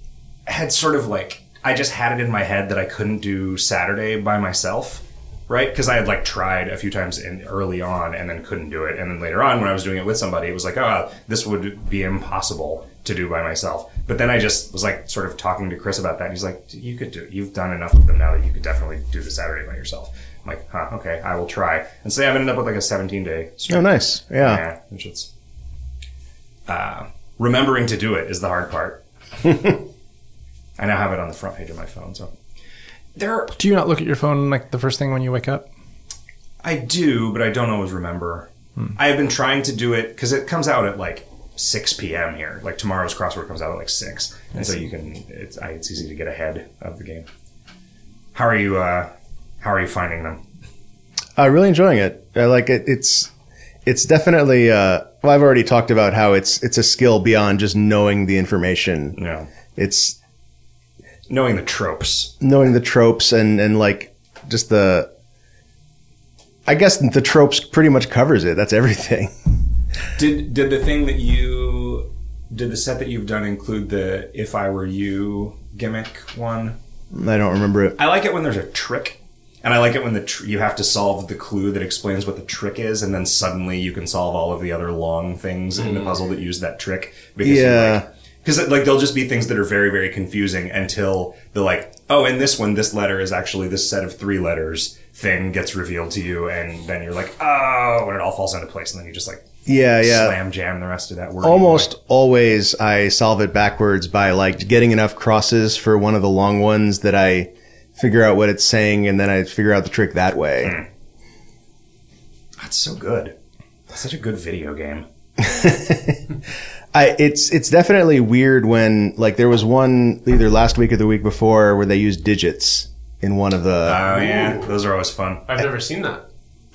A: had sort of like I just had it in my head that I couldn't do Saturday by myself, right? Because I had like tried a few times in early on and then couldn't do it, and then later on when I was doing it with somebody, it was like, oh, this would be impossible to do by myself. But then I just was like sort of talking to Chris about that, and he's like, you could do, you've done enough of them now that you could definitely do the Saturday by yourself. I'm like, huh, okay, I will try. And so yeah, I've ended up with like a 17 day streak.
C: Oh, nice. Yeah.
A: Yeah, which is uh, remembering to do it is the hard part. I now have it on the front page of my phone, so there
D: Do you not look at your phone like the first thing when you wake up?
A: I do, but I don't always remember. I have been trying to do it because it comes out at like 6 p.m. here. Like tomorrow's crossword comes out at like six, and so you can. It's, I, it's easy to get ahead of the game. How are you? Uh, How are you finding them?
C: Uh, really enjoying it. I like it. It's it's definitely. Uh, well, I've already talked about how it's it's a skill beyond just knowing the information.
A: You know,
C: It's
A: knowing the tropes.
C: knowing the tropes and and like just the. I guess the tropes pretty much covers it. That's everything.
A: Did did the thing that you did the set that you've done include the "If I Were You" gimmick one?
C: I don't remember it.
A: I like it when there's a trick, and I like it when the tr- you have to solve the clue that explains what the trick is, and then suddenly you can solve all of the other long things in the puzzle that use that trick. Because you,
C: Yeah.
A: like, because like there'll just be things that are very very confusing until the like oh in this one this letter is actually this set of three letters thing gets revealed to you and then you're like oh and it all falls into place and then you just like
C: Yeah, yeah.
A: slam jam the rest of that word
C: uh, Almost always, I solve it backwards by like getting enough crosses for one of the long ones that I figure out what it's saying, and then I figure out the trick that way.
A: Hmm. that's so good that's such a good video game
C: I it's it's definitely weird when like there was one either last week or the week before where they used digits in one of the
A: oh yeah those are always fun
E: I've never seen that.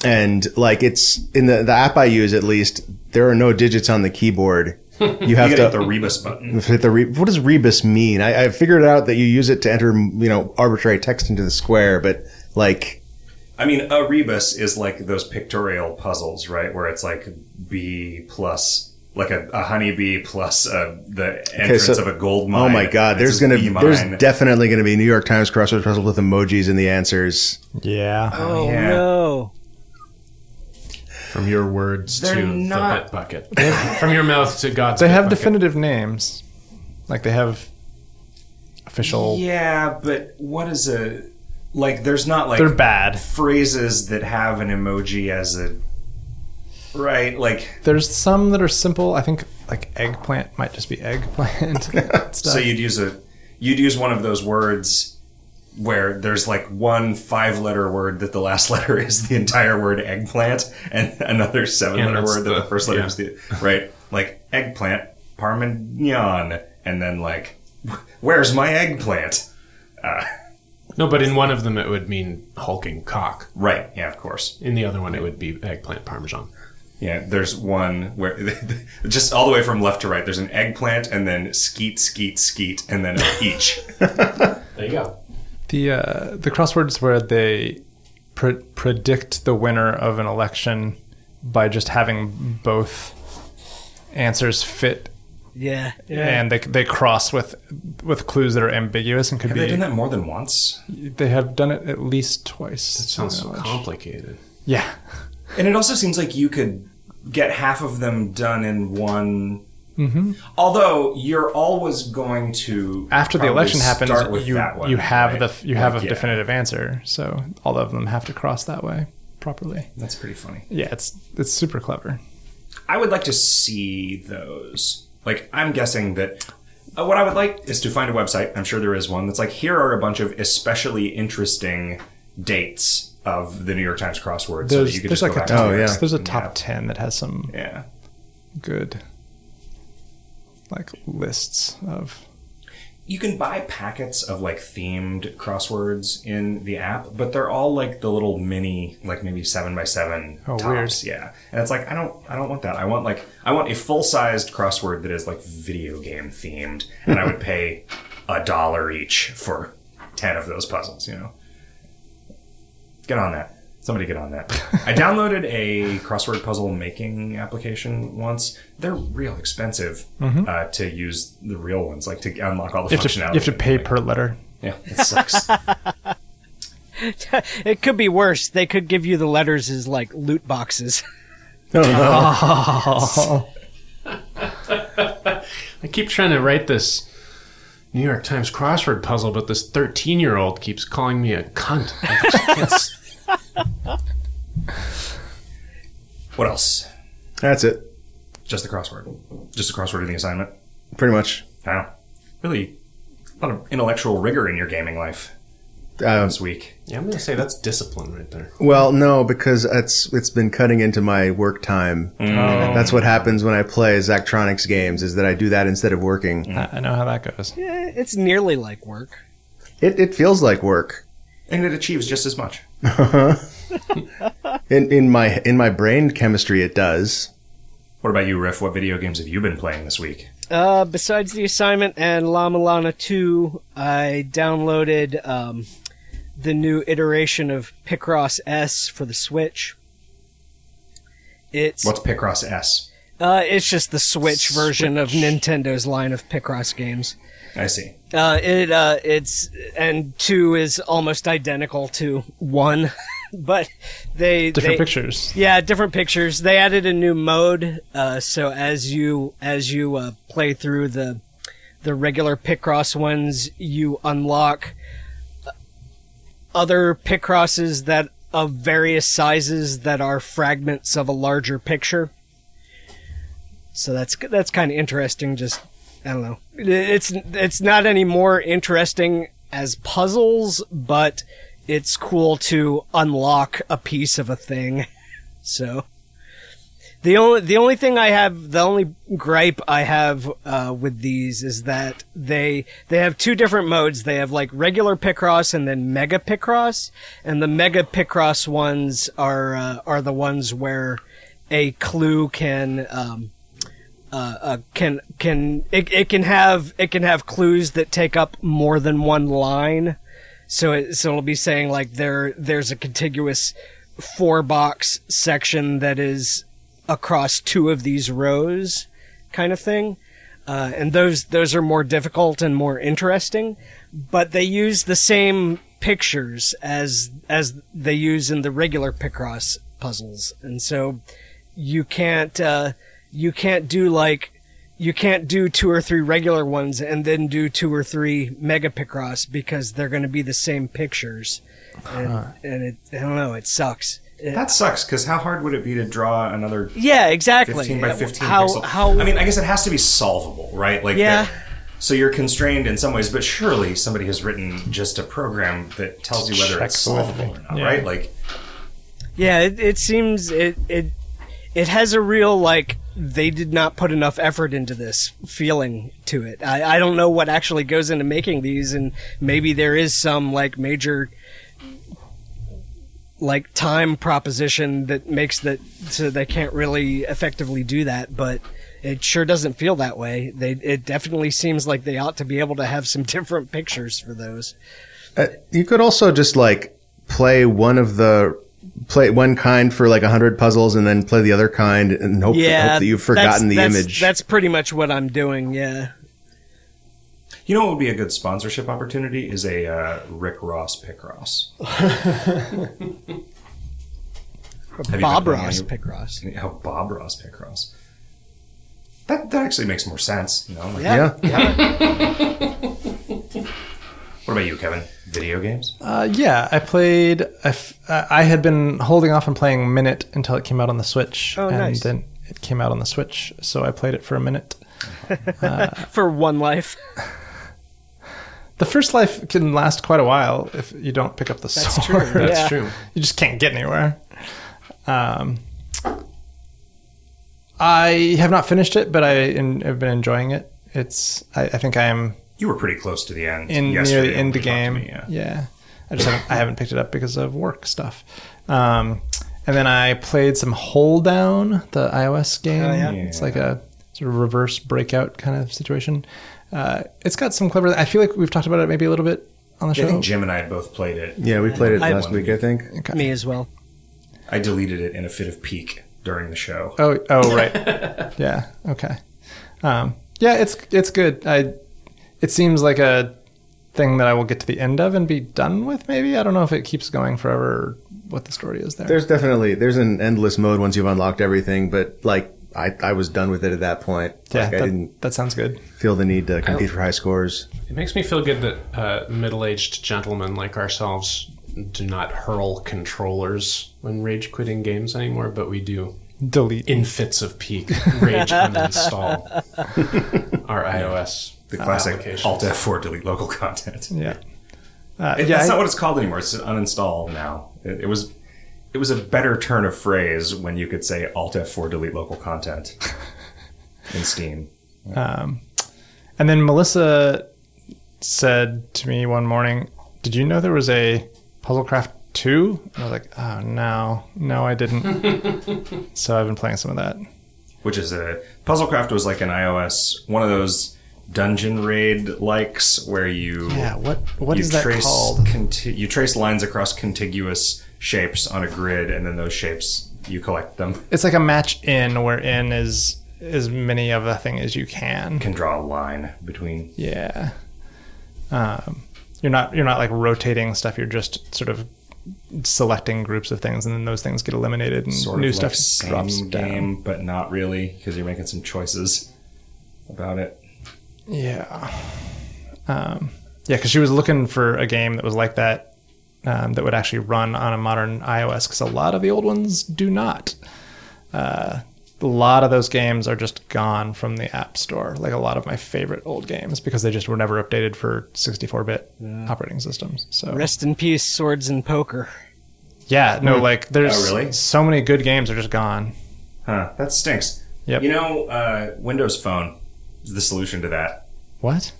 C: and like it's in the the app I use at least there are no digits on the keyboard. You have
A: you
C: to
A: get the rebus button
C: hit the re- what does rebus mean? I, I figured out that you use it to enter you know arbitrary text into the square, but like
A: i mean a rebus is like those pictorial puzzles right where it's like b plus like a, a honeybee plus uh the entrance
C: so-
A: of a gold mine
C: oh my god,
A: It
C: there's
A: says
C: gonna
A: B
C: there's
A: mine.
C: definitely gonna be New York Times crossword puzzle with emojis in the answers.
D: Yeah.
B: Oh
A: yeah.
B: no!
E: From your words
A: They're
E: to
A: not-
E: the butt bucket. From your mouth to God's
D: They
E: butt
D: have
E: bucket.
D: definitive names. Like they have official.
A: yeah but what is a like there's not like
D: They're bad.
A: phrases that have an emoji as a right like
D: There's some that are simple. I think like eggplant might just be eggplant. stuff.
A: So you'd use a you'd use one of those words where there's like one five letter word that the last letter is the entire word eggplant and another seven
E: And
A: letter
E: that's
A: word that
E: the-
A: the first letter
E: yeah.
A: is the right like eggplant parmesan and then like where's my eggplant
E: No, but in one of them it would mean hulking cock.
A: right yeah of course
E: In the other one it would be eggplant parmesan.
A: yeah there's one where just all the way from left to right there's an eggplant and then skeet skeet skeet and then a peach
E: There you go.
D: the uh, the crosswords where they pre- predict the winner of an election by just having both answers fit
B: Yeah,
D: and they, they cross with with clues that are ambiguous and could
A: have
D: be
A: they done that more than once
D: they have done it at least twice
E: That sounds so complicated.
D: yeah
A: And it also seems like you could get half of them done in one.
D: Mm-hmm.
A: Although you're always going to
D: after the
A: probably
D: election happens
A: start with
D: you
A: that one,
D: you have
A: right?
D: the f- you have
A: Like,
D: a
A: yeah,
D: definitive answer so all of them have to cross that way properly
A: That's pretty funny.
D: yeah it's it's super clever
A: I would like to see those. Like, I'm guessing that uh, what I would like is to find a website. I'm sure there is one that's like, here are a bunch of especially interesting dates of the New York Times crossword, so that
D: there's,
A: you could
D: there's
A: just
D: like
A: go
D: a
A: back
D: top,
A: to
C: Oh,
A: it.
C: yeah.
D: there's a top 10 that has some
A: Yeah.
D: good like lists of
A: you can buy packets of like themed crosswords in the app, but they're all like the little mini, like maybe seven by seven
D: Oh,
A: tops. Yeah, and it's like I don't, I don't want that. I want like I want a full sized crossword that is like video game themed, and I would pay a dollar each for ten of those puzzles. You know, get on that. Somebody get on that. I downloaded a crossword puzzle making application once. They're real expensive uh, to use the real ones, like to unlock all the
D: Mm-hmm. you have, to,
A: functionality.
D: you have to pay per letter
A: Yeah, it sucks.
B: it could be worse. They could give you the letters as like loot boxes.
E: I keep trying to write this New York Times crossword puzzle, but this 13 year old keeps calling me a cunt. I just can't s-
A: what else?
C: That's it,
A: Just the crossword. Just the crossword in the assignment.
C: pretty much.
A: Wow. Really, a lot of intellectual rigor in your gaming life
C: Um,
A: this week.
E: yeah, I'm going to say that's discipline right there.
C: Well, no, because it's it's been cutting into my work time.
A: Mm.
C: That's what happens when I play Zachtronics games is that I do that instead of working.
A: Mm-hmm.
D: I, I know how that goes
B: Eh, it's nearly like work.
C: It it feels like work.
A: And it achieves just as much.
C: In in my in my brain chemistry, it does.
A: What about you, Riff? What video games have you been playing this week?
B: Uh, besides the assignment and La Milana 2, I downloaded um, the new iteration of Picross S for the Switch. It's
A: What's Picross S?
B: uh, it's just the Switch, version of Nintendo's line of Picross games.
A: I see.
B: Uh, it uh, it's and two is almost identical to one, but they
D: Different
B: they,
D: pictures.
B: yeah, different pictures. They added a new mode, uh, so as you as you uh, play through the the regular Picross ones, you unlock uh, other Picrosses that of various sizes that are fragments of a larger picture. So that's that's kind of interesting. Just I don't know. It's it's not any more interesting as puzzles, but it's cool to unlock a piece of a thing. So the only the only thing I have the only gripe I have uh, with these is that they they have two different modes. They have like regular Picross and then Mega Picross, and the Mega Picross ones are uh, are the ones where a clue can um, uh, uh, can can it, it can have it can have clues that take up more than one line. So it, so it'll be saying like there there's a contiguous four box section that is across two of these rows, kind of thing. Uh, and those those are more difficult and more interesting, but they use the same pictures as as they use in the regular Picross puzzles, and so you can't uh, you can't do like you can't do two or three regular ones and then do two or three mega picross because they're going to be the same pictures and, and it i don't know it sucks It-
A: That sucks because how hard would it be to draw another
B: yeah exactly
A: 15 by 15
B: how
A: pixel?
B: how
A: I mean, I guess it has to be solvable, right? Like
B: Yeah.
A: that- so you're constrained in some ways, but surely somebody has written just a program that tells you whether it's
D: Checks with
A: solvable or not, right? Like
B: yeah it, it seems it it it has a real like they did not put enough effort into this feeling to it i i don't know what actually goes into making these and maybe there is some like major like time proposition that makes that so they can't really effectively do that but it sure doesn't feel that way they it definitely seems like they ought to be able to have some different pictures for those
C: Uh, you could also just like play one of the play one kind for like hundred puzzles, and then play the other kind, and hope, hope that you've
B: that's-
C: forgotten the
B: that's-
C: image.
B: that's pretty much what i'm doing yeah
A: You know what would be a good sponsorship opportunity is a uh, Rick Ross Pick Ross. Have you
B: Bob
A: been playing
B: Ross
A: any-
B: Picross.
A: Oh, Bob Ross Pick Ross. That that actually makes more sense. You know. Like,
B: Yeah.
C: yeah.
A: What about you, Kevin? Video games?
D: Uh, yeah, I played. I, f- I had been holding off on playing Minute until it came out on the Switch,
B: Oh,
D: and
B: nice.
D: then it came out on the Switch, so I played it for a minute.
B: For one life.
D: The first life can last quite a while if you don't pick up the
B: That's
D: sword.
B: true, That's yeah.
D: true. You just can't get anywhere. Um, I have not finished it, but I en- have been enjoying it. It's. I, I think I am
A: You were pretty close to the end.
D: in near
A: yesterday
D: the end
A: when
D: of the
A: you talked to
D: game.
A: me,
D: yeah. I just haven't, I haven't picked it up because of work stuff. Um, and then I played some Hole Down, the iOS game.
B: yeah.
D: It's like a sort of reverse breakout kind of situation. Uh, it's got some clever. I feel like we've talked about it maybe a little bit on the
A: I
D: show.
A: think Jim and I had both played it.
C: Yeah, we played it
B: I-
C: last week, I think.
B: Me as well.
A: I deleted it in a fit of pique during the show.
D: Oh, oh, right. yeah. Okay. Um, yeah, it's it's good. I. It seems like a thing that I will get to the end of and be done with. Maybe I don't know if it keeps going forever. or What the story is there.
C: There's definitely there's an endless mode once you've unlocked everything, but like I, I was done with it at that point.
D: yeah,
C: like
D: that,
C: I didn't
D: that sounds good.
C: feel the need to compete for high scores.
E: It makes me feel good that uh, middle-aged gentlemen like ourselves do not hurl controllers when rage quitting games anymore, but we do
D: delete.
E: in fits of peak rage uninstall our iOS.
D: Ah,
A: The classic
E: application.
A: Alt F4 delete local content.
D: Yeah. Uh,
A: It-
D: yeah,
A: that's
D: I-
A: not what it's called anymore. It's uninstall now. It, it was it was a better turn of phrase when you could say Alt F4 delete local content in Steam.
D: um, and then Melissa said to me one morning, "Did you know there was a Puzzlecraft two. And I was like, oh no, no, I didn't. so I've been playing some of that.
A: which is a Puzzlecraft was like an iOS one of those dungeon raid likes where you
D: Yeah, what what
A: you
D: is that
A: trace
D: called?
A: conti- you trace lines across contiguous shapes on a grid, and then those shapes you collect them
D: It's like a match in where in is as many of a thing as you can.
A: can draw a line between.
D: Yeah. Um, you're not you're not like rotating stuff. You're just sort of selecting groups of things, and then those things get eliminated, and
A: Sort
D: new
A: of
D: stuff
A: like same
D: drops down.
A: game, but not really because you're making some choices about it.
D: Yeah. Um, yeah, because she was looking for a game that was like that, um, that would actually run on a modern iOS, because a lot of the old ones do not. Uh, a lot of those games are just gone from the App Store, like a lot of my favorite old games, because they just were never updated for 64 bit operating systems. So,
B: Rest in peace, swords and poker.
D: yeah, no, like there's
A: Oh, really?
D: so many good games are just gone.
A: Huh? That stinks.
D: Yep.
A: You know, uh, Windows Phone is the solution to that.
D: What?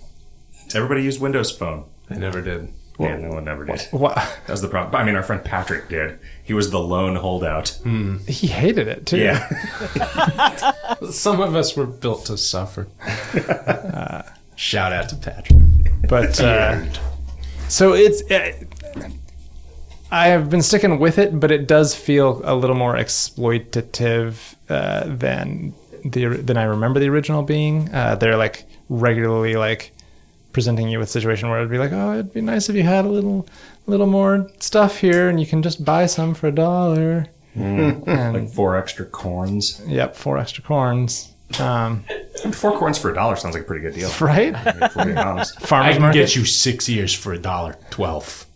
A: Everybody used Windows Phone.
E: I never did.
A: yeah, no one ever did.
D: What?
A: That was the problem. I mean, our friend Patrick did. He was the lone holdout.
D: Hmm. He hated it too.
A: Yeah.
E: Some of us were built to suffer. Shout out to Patrick.
D: but uh, so it's it, i have been sticking with it but it does feel a little more exploitative uh, than the than i remember the original being uh, they're like regularly like presenting you with a situation where it'd be like oh it'd be nice if you had a little little more stuff here and you can just buy some for a dollar
A: Hmm. Like four extra corns.
D: yep four extra corns um,
A: Four corns for a dollar sounds like a pretty good deal.
D: right
A: If we're being honest.
D: farmers
E: I can
D: market
E: get you six years for a dollar twelve.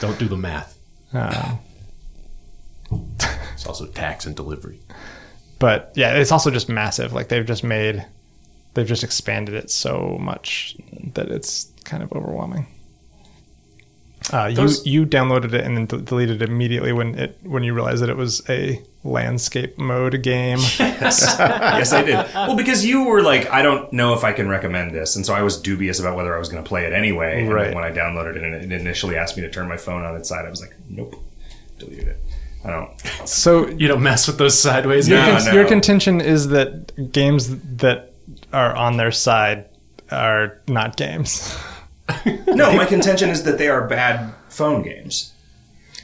E: Don't do the math.
D: Uh,
E: It's also tax and delivery.
D: but yeah, it's also just massive. Like they've just made, they've just expanded it so much that it's kind of overwhelming. Uh,
E: Those-
D: you you downloaded it and then del- deleted it immediately when it when you realized that it was a landscape mode game.
A: yes, I did. Well, because you were like, I don't know if I can recommend this, and so I was dubious about whether I was going to play it anyway. And
D: Right.
A: When I downloaded it, and it initially asked me to turn my phone on its side, I was like, nope, deleted it. I don't.
D: so
E: You don't mess with those sideways.
D: your,
A: No,
D: con-
A: no.
D: your contention is that games that are on their side are not games.
A: No, my contention is that they are bad phone games.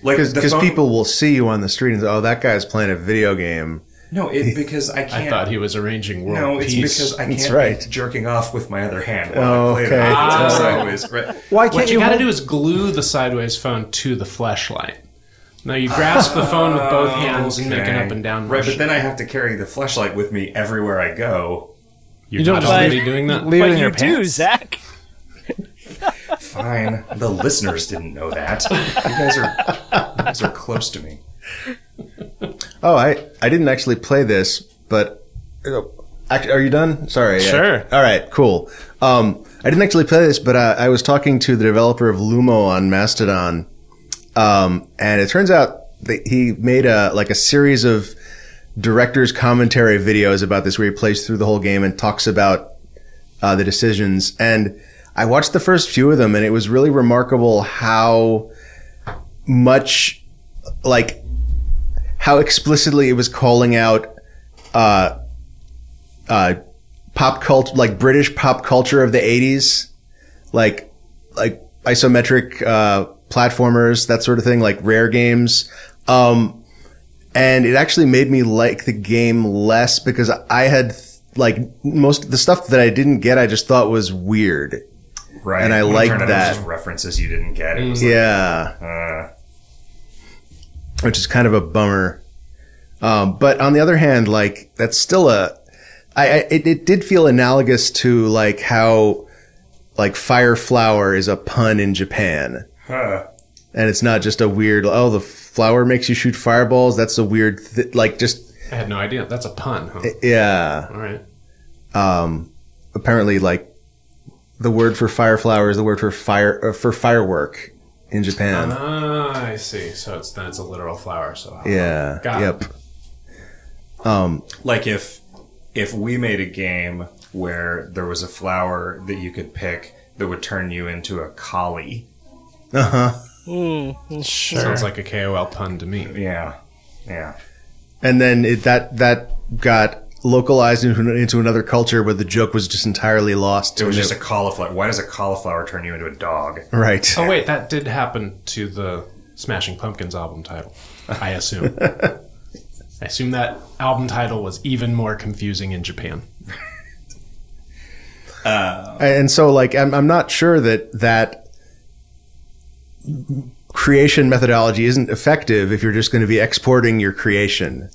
A: Like the
C: Because
A: phone-
C: people will see you on the street and say, oh, that guy's playing a video game.
A: No, it, because I can't.
E: I thought he was arranging world
A: no, it's
E: peace.
A: because I
C: That's
A: can't
C: right.
A: be jerking off with my other hand. While
C: Oh,
A: I play
C: okay.
A: It. Ah. Sideways, right?
D: Why
E: what you, got to do is glue the sideways phone to the flashlight. Now you grasp the phone with both hands and make an
A: Okay.
E: up and down
A: Right,
E: motion.
A: but then I have to carry the flashlight with me everywhere I go.
E: You're
D: don't
E: not
D: just
E: already
B: leave-
E: doing that.
D: leave it
B: But
D: in
B: you
D: your
B: do,
D: pants?
B: Zach.
A: Fine. The listeners didn't know that. You guys are you guys are close to me.
C: Oh, I, I didn't actually play this, but act- are you done? Sorry. I-
D: Sure.
C: all right. Cool. Um, I didn't actually play this, but uh, I was talking to the developer of Lumo on Mastodon, um, and it turns out that he made a like a series of directors commentary videos about this, where he plays through the whole game and talks about uh, the decisions. And I watched the first few of them, and it was really remarkable how much like how explicitly it was calling out uh, uh, pop cult like British pop culture of the '80s, like like isometric uh, platformers, that sort of thing, like rare games. Um, and it actually made me like the game less because I had like most the stuff that I didn't get, I just thought was weird.
A: Right.
C: And I
A: When it
C: like
A: turned out it was
C: that.
A: just references you didn't get. It
C: Mm.
A: was
C: Yeah.
A: like, uh,
C: which is kind of a bummer. Um, but on the other hand, like that's still a, I, I it, it did feel analogous to like how, like fire flower is a pun in Japan,
A: huh.
C: and it's not just a weird oh the flower makes you shoot fireballs. That's a weird th- like just
E: I had no idea. That's a pun. Huh?
C: yeah.
E: All right.
C: Um, apparently, like the word for fire flower is the word for fire uh, for firework in Japan.
E: Ah, I see. So it's then it's a literal flower. So
C: Yeah.
E: Got it.
C: yep. Um,
A: Like if if we made a game where there was a flower that you could pick that would turn you into a collie.
C: uh huh.
E: Sure. Sounds like a KOL pun to me.
A: Yeah. Yeah.
C: and then it, that that got localized into, into another culture where the joke was just entirely lost.
A: It was just a cauliflower. Why does a cauliflower turn you into a dog?
C: right.
E: Oh wait, that did happen to the Smashing Pumpkins album title. I assume. I assume that album title was even more confusing in Japan.
C: And so, like, I'm, I'm not sure that that creation methodology isn't effective if you're just going to be exporting your creation.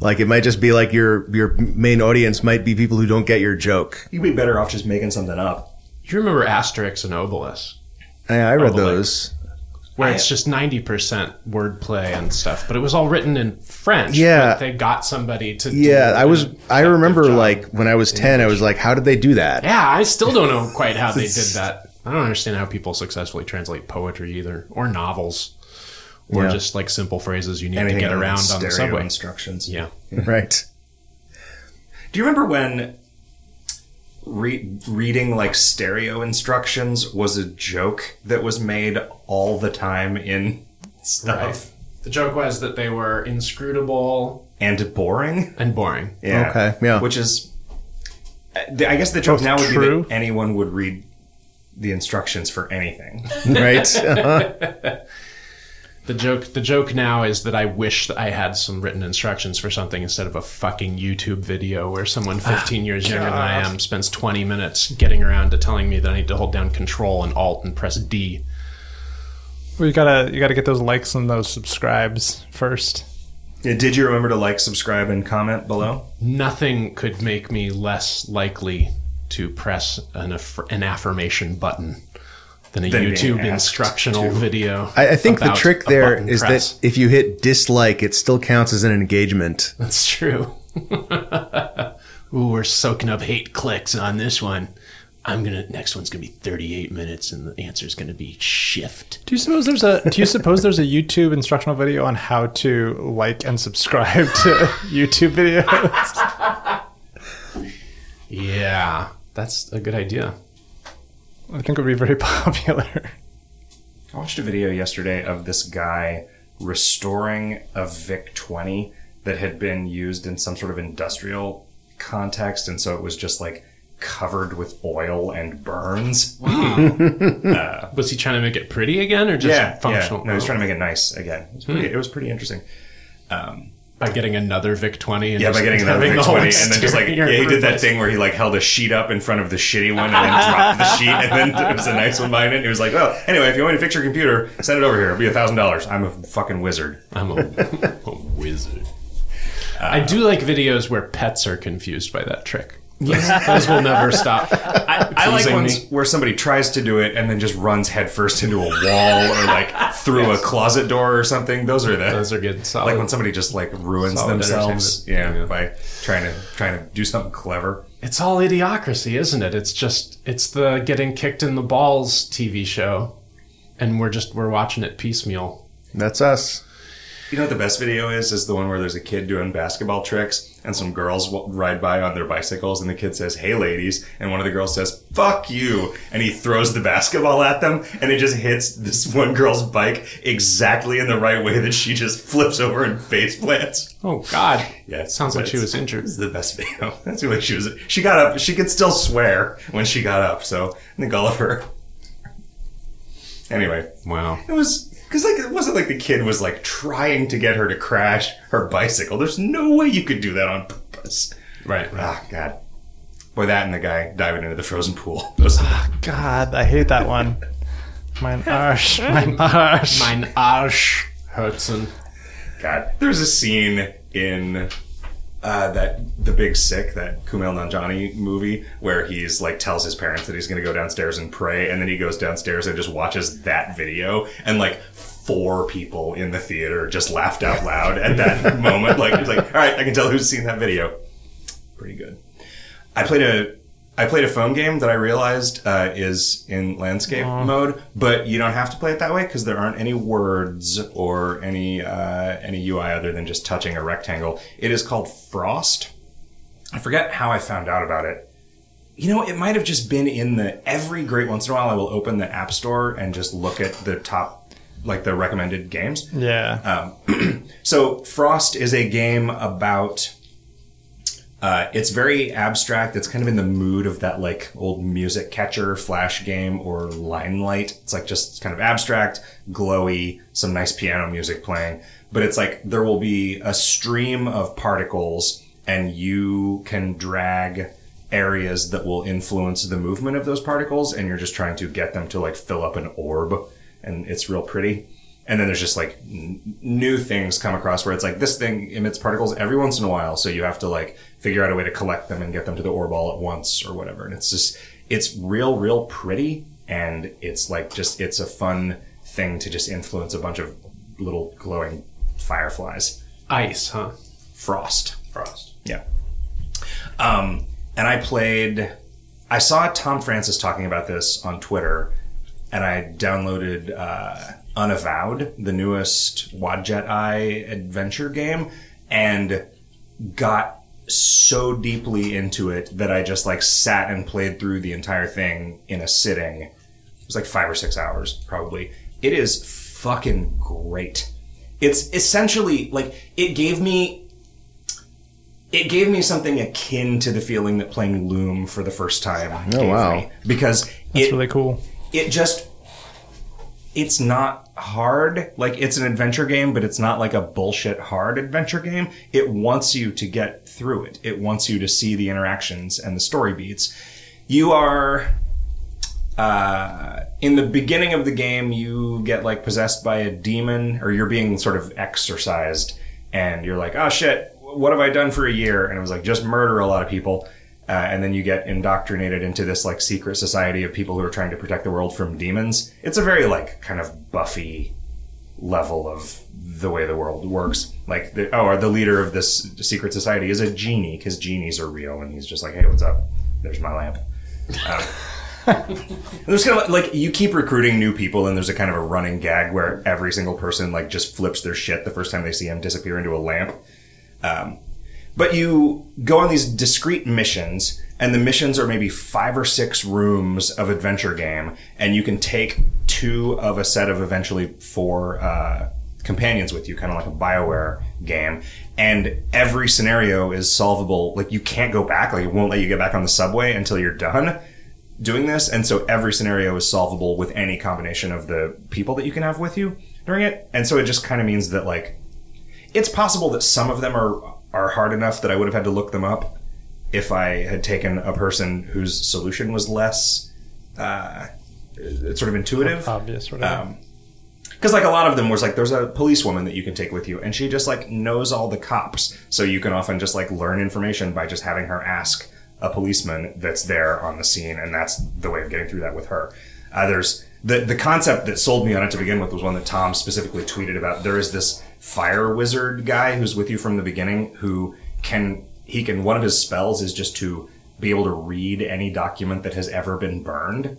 C: Like, it might just be like your your main audience might be people who don't get your joke.
A: You'd be better off just making something up.
E: You remember Asterix and Obelix,
C: I, I read
E: Probably.
C: those.
E: where it's just ninety percent wordplay and stuff, but it was all written in French.
C: Yeah.
E: but they got somebody to. do
C: Yeah, I
E: an
C: was. I
E: effective
C: remember,
E: job.
C: like, when I was ten, I was like, "How did they do that?"
E: Yeah, I still don't know quite how they did that. I don't understand how people successfully translate poetry either, or novels, or
C: Yeah.
E: just like simple phrases you need
A: Anything
E: to get
A: other than
E: around on the
A: stereo
E: subway.
A: instructions.
E: Yeah.
C: Right.
A: Do you remember when re- reading like stereo instructions was a joke that was made all the time in stuff
E: The joke was that they were inscrutable
A: and boring?
E: and boring.
A: Yeah.
C: Okay, yeah.
A: Which is, uh, I guess the joke now would be
D: true.
A: that anyone would read the instructions for anything.
C: Right.
E: The joke the joke now is that I wish that I had some written instructions for something instead of a fucking YouTube video where someone
A: Ah,
E: 15 years younger than I am spends 20 minutes getting around to telling me that I need to hold down control and alt and press D.
D: Well, you gotta you gotta get those likes and those subscribes first.
A: Yeah, Did you remember to like, subscribe, and comment below?
E: Nothing could make me less likely to press an aff- an affirmation button than a
A: Than being
E: YouTube
A: asked
E: instructional video.
C: I, I think the
E: about
C: trick
E: a
C: there
E: button
C: is
E: press.
C: that if you hit dislike, it still counts as an engagement.
E: That's true. Ooh, we're soaking up hate clicks on this one. I'm gonna next one's gonna be 38 minutes, and the answer's gonna be shift.
D: Do you suppose there's a Do you suppose there's a YouTube instructional video on how to like and subscribe to YouTube videos?
E: Yeah, that's a good idea.
D: I think it would be very popular.
A: I watched a video yesterday of this guy restoring a VIC 20 that had been used in some sort of industrial context, and so it was just like covered with oil and burns.
E: Was he trying to make it pretty again, or just functional?
A: No, he was trying to make it nice again. It was pretty, it was pretty interesting.
E: by getting another Vic 20. And
A: Yeah,
E: just
A: by getting another
E: having
A: VIC
E: the whole
A: 20, and then just like yeah,
E: exterior
A: he did that
E: replaced.
A: thing where he like held a sheet up in front of the shitty one and then dropped the sheet, and then it was a nice one behind it. And he was like, "Well, anyway, if you want me to fix your computer, send it over here. It'll be a thousand dollars. I'm a fucking wizard."
E: I'm a, a wizard. I do like videos where pets are confused by that trick. Those will never stop. I,
A: I like ones
E: me.
A: where somebody tries to do it and then just runs headfirst into a wall or like through a closet door or something. Those are the
E: Those are good. Solid.
A: like when somebody just like ruins
E: Solid
A: themselves, yeah,
E: entertainment.
A: by trying to trying to do something clever.
E: It's all idiocracy, isn't it? It's just it's the getting kicked in the balls TV show, and we're just we're watching it piecemeal.
C: That's us.
A: You know what the best video is? Is the one where there's a kid doing basketball tricks and some girls w- ride by on their bicycles and the kid says, "Hey, ladies," and one of the girls says, "Fuck you," and he throws the basketball at them and it just hits this one girl's bike exactly in the right way that she just flips over and face plants.
E: Oh God!
A: Yeah, it
E: sounds like she was injured.
A: This is the best video. That's the way she was. She got up. She could still swear when she got up. So I think all of her. Anyway,
E: Wow.
A: it was because like it wasn't like the kid was like trying to get her to crash her bicycle. There's no way you could do that on purpose.
E: Right. right.
A: Ah, God. Boy, that and the guy diving into the frozen pool. Those-
D: God, I hate that one. Mine arsh, mine arsh.
E: Mein Arsch Hudson.
A: God, there's a scene in uh, that The Big Sick, that Kumail Nanjiani movie, where he's like tells his parents that he's going to go downstairs and pray, and then he goes downstairs and just watches that video, and like four people in the theater just laughed out loud at that moment. Like, it's like, all right, I can tell who's seen that video. Pretty good. I played a. I played a phone game that I realized uh, is in landscape mode, but you don't have to play it that way because there aren't any words or any uh, any UI other than just touching a rectangle. It is called Frost. I forget how I found out about it. You know, it might have just been in the every great once in a while I will open the App Store and just look at the top like the recommended games.
D: Yeah.
A: So Frost is a game about. Uh, it's very abstract. It's kind of in the mood of that like old music catcher flash game or limelight. It's like just kind of abstract, glowy, some nice piano music playing. But it's like there will be a stream of particles, and you can drag areas that will influence the movement of those particles, and you're just trying to get them to like fill up an orb, and it's real pretty and then there's just like n- new things come across where it's like this thing emits particles every once in a while so you have to like figure out a way to collect them and get them to the orb all at once or whatever and it's just it's real real pretty and it's like just it's a fun thing to just influence a bunch of little glowing fireflies
E: Ice, huh?
A: frost
E: Frost.
A: yeah. Um, and I played. I saw Tom Francis talking about this on Twitter, and I downloaded uh, Unavowed, the newest Wadjet Eye adventure game, and got so deeply into it that I just like sat and played through the entire thing in a sitting. It was like five or six hours, probably. It is fucking great. It's essentially like it gave me it gave me something akin to the feeling that playing Loom for the first time. gave
C: wow.
A: me. Because
D: It's
A: it
D: really cool.
A: it just it's not hard like it's an adventure game but it's not like a bullshit hard adventure game it wants you to get through it it wants you to see the interactions and the story beats you are uh, in the beginning of the game you get like possessed by a demon or you're being sort of exorcised and you're like oh shit what have i done for a year and it was like just murder a lot of people uh, and then you get indoctrinated into this like secret society of people who are trying to protect the world from demons it's a very like kind of buffy level of the way the world works like the, oh or the leader of this secret society is a genie because genies are real and he's just like hey what's up there's my lamp there's kind of like you keep recruiting new people, and there's a kind of a running gag where every single person like just flips their shit the first time they see him disappear into a lamp. Um, but you go on these discrete missions, and the missions are maybe five or six rooms of adventure game, and you can take two of a set of eventually four uh, companions with you, kind of like a Bioware game. And every scenario is solvable. Like you can't go back. Like it won't let you get back on the subway until you're done doing this, and so every scenario is solvable with any combination of the people that you can have with you during it. And so it just kind of means that like it's possible that some of them are are hard enough that I would have had to look them up if I had taken a person whose solution was less uh, sort of intuitive
D: Obvious, whatever.
A: because like a lot of them was like there's a police woman that you can take with you and she just like knows all the cops so you can often just like learn information by just having her ask a policeman that's there on the scene and that's the way of getting through that with her uh, there's the, the concept that sold me on it to begin with was one that tom specifically tweeted about there is this fire wizard guy who's with you from the beginning who can he can one of his spells is just to be able to read any document that has ever been burned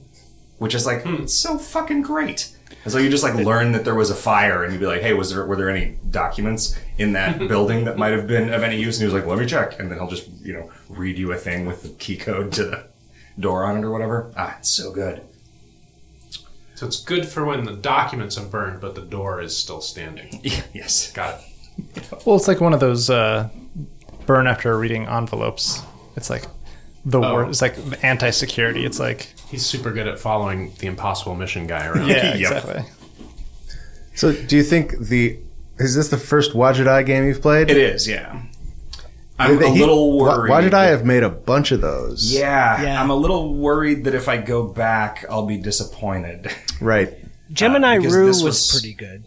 A: which is like it's so fucking great. And so you just like learn that there was a fire, and you'd be like, "Hey, was there were there any documents in that building that might have been of any use?" And he was like, "Let me check," and then he'll just you know read you a thing with the key code to the door on it or whatever. Ah, it's so good.
E: So it's good for when the documents have burned, but the door is still standing.
A: yes,
E: Got it.
D: Well, it's like one of those uh, burn after reading envelopes. It's like the wor It's like anti security. It's like
E: He's super good at following the impossible mission guy around.
A: Yep.
D: yeah, exactly.
C: So, do you think the is this the first Wajidai game you've played?
A: it is. Yeah, I'm a little worried.
C: Why did I have made a bunch of those?
A: Yeah,
B: Yeah.
A: I'm a little worried that if I go back, I'll be disappointed.
C: Right.
A: Uh,
B: Gemini
A: because
B: Rue
A: this
B: was,
A: was-
B: pretty good.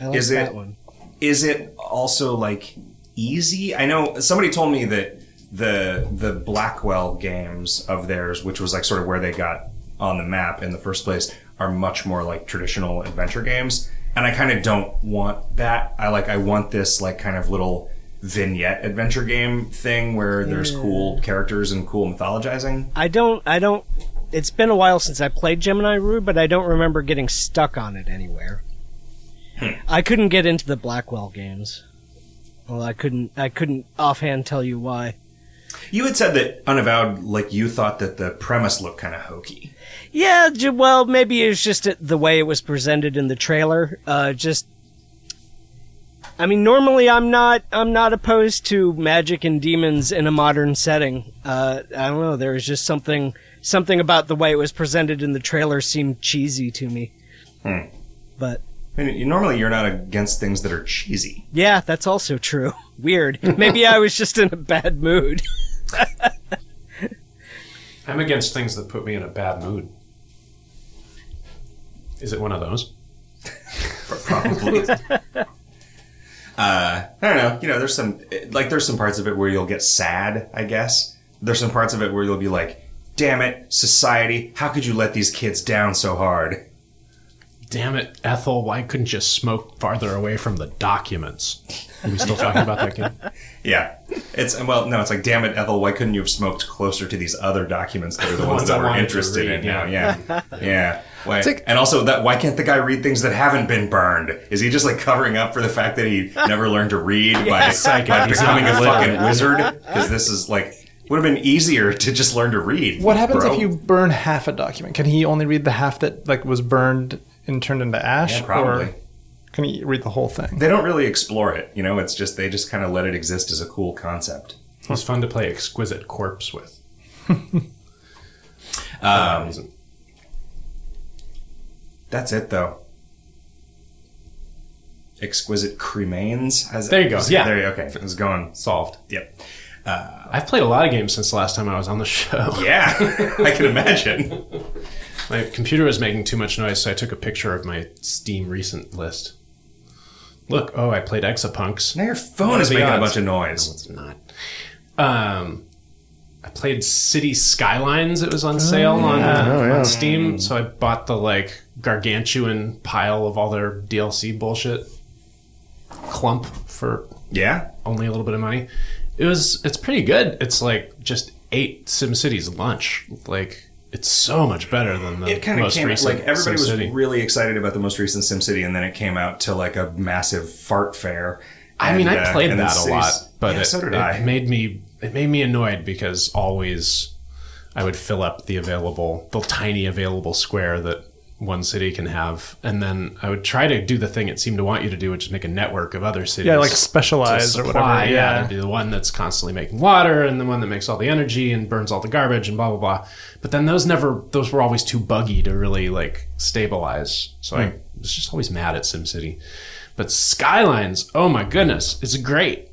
B: I like
A: Is
B: that
A: it-
B: one.
A: is it also like easy? I know somebody told me that the the Blackwell games of theirs, which was like sort of where they got on the map in the first place, are much more like traditional adventure games. And I kind of don't want that. I like I want this like kind of little vignette adventure game thing where there's cool characters and cool mythologizing.
B: I don't. I don't. It's been a while since I played Gemini Rue, but I don't remember getting stuck on it anywhere.
A: Hmm.
B: I couldn't get into the Blackwell games. Well, I couldn't. I couldn't offhand tell you why.
A: You had said that unavowed, like you thought that the premise looked kind of hokey.
B: Yeah, j- well, maybe it's just it- the way it was presented in the trailer. Uh, just, I mean, normally I'm not I'm not opposed to magic and demons in a modern setting. Uh, I don't know. There was just something something about the way it was presented in the trailer seemed cheesy to me.
A: Hmm.
B: But
A: I mean, you- normally you're not against things that are cheesy.
B: yeah, that's also true. Weird. Maybe I was just in a bad mood.
E: I'm against things that put me in a bad mood. Is it one of those?
A: Probably. uh, I don't know. You know, there's some like there's some parts of it where you'll get sad. I guess there's some parts of it where you'll be like, "Damn it, society! How could you let these kids down so hard?"
E: Damn it, Ethel, why couldn't you smoke farther away from the documents? Are we still talking about that game?
A: Yeah, it's well, no, it's like, "Damn it, Ethel! Why couldn't you have smoked closer to these other documents that are the, ones,
E: ones I
A: that we're
E: wanted to
A: interested
E: read,
A: in?" Now, yeah, yeah. Why, and also that why can't the guy read things that haven't been burned? Is he just like covering up for the fact that he never learned to read by
E: Psycho,
A: by
E: he's
A: becoming a
E: not literate.
A: fucking wizard? Because this is like would have been easier to just learn to read.
D: What happens
A: bro.
D: if you burn half a document? Can he only read the half that like was burned and turned into ash?
A: Yeah, probably.
D: Or can he read the whole thing?
A: They don't really explore it, you know. It's just they just kind of let it exist as a cool concept.
E: It's fun to play exquisite corpse with.
A: Um, that's it, though. Exquisite cremains. How's-
E: There you go. Yeah.
A: There you Okay. It was going.
E: Solved.
A: Yep.
E: I've played a lot of games since the last time I was on the show.
A: Yeah. I can imagine.
E: My computer was making too much noise, so I took a picture of my Steam recent list. Look, oh, I played Exapunks.
A: Now your phone is
E: the
A: making a
E: odds?
A: bunch of noise.
E: It's not. Um, I played City Skylines. It was on sale on, uh, on Steam, so I bought the like gargantuan pile of all their DLC bullshit clump for
A: Yeah.
E: only a little bit of money. It was it's pretty good. It's like just eight SimCity's lunch. Like it's so much better than the
A: It kind of
E: most
A: came
E: recent
A: like everybody was
E: SimCity.
A: really excited about the most recent SimCity, and then it came out to like a massive fart fair.
E: I mean,
A: And,
E: I
A: uh,
E: played
A: and then
E: that a
A: cities-
E: lot, but
A: yeah,
E: it,
A: so did
E: it
A: I.
E: made me it made me annoyed because always I would fill up the available the tiny available square that one city can have, and then I would try to do the thing it seemed to want you to do, which is make a network of other cities.
D: Yeah, like
E: to
D: specialize or
E: supply,
D: whatever.
E: yeah,
D: Yeah.
E: to be the one that's constantly making water and the one that makes all the energy and burns all the garbage and blah blah blah. But then those never those were always too buggy to really like stabilize. So I was just always mad at SimCity. But Skylines, oh my goodness, it's great.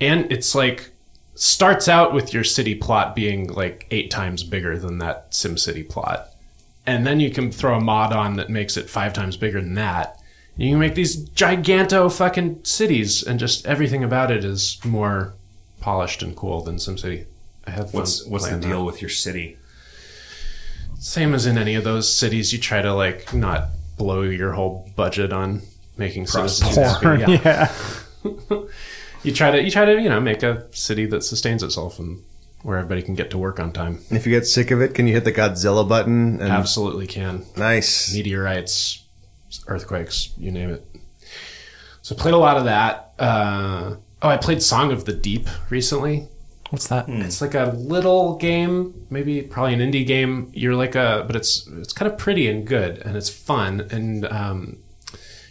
E: And it's like starts out with your city plot being like eight times bigger than that SimCity plot. And then you can throw a mod on that makes it five times bigger than that. And you can make these giganto fucking cities and just everything about it is more polished and cool than SimCity. I have fun
A: What's what's the
E: playing that.
A: deal with your city?
E: Same as in any of those cities, you try to like not blow your whole budget on making citizens happy. Yeah.
D: Yeah.
E: You try to you try to you know make a city that sustains itself and where everybody can get to work on time.
A: Hmm.
C: If you get sick of it, can you hit the Godzilla button? And
E: Absolutely can
C: nice.
E: meteorites, earthquakes, you name it. So played a lot of that. Uh, oh, I played Song of the Deep recently.
D: What's that?
A: Hmm.
E: It's like a little game, maybe probably an indie game. You're like a, but it's it's kind of pretty and good, and it's fun. And um,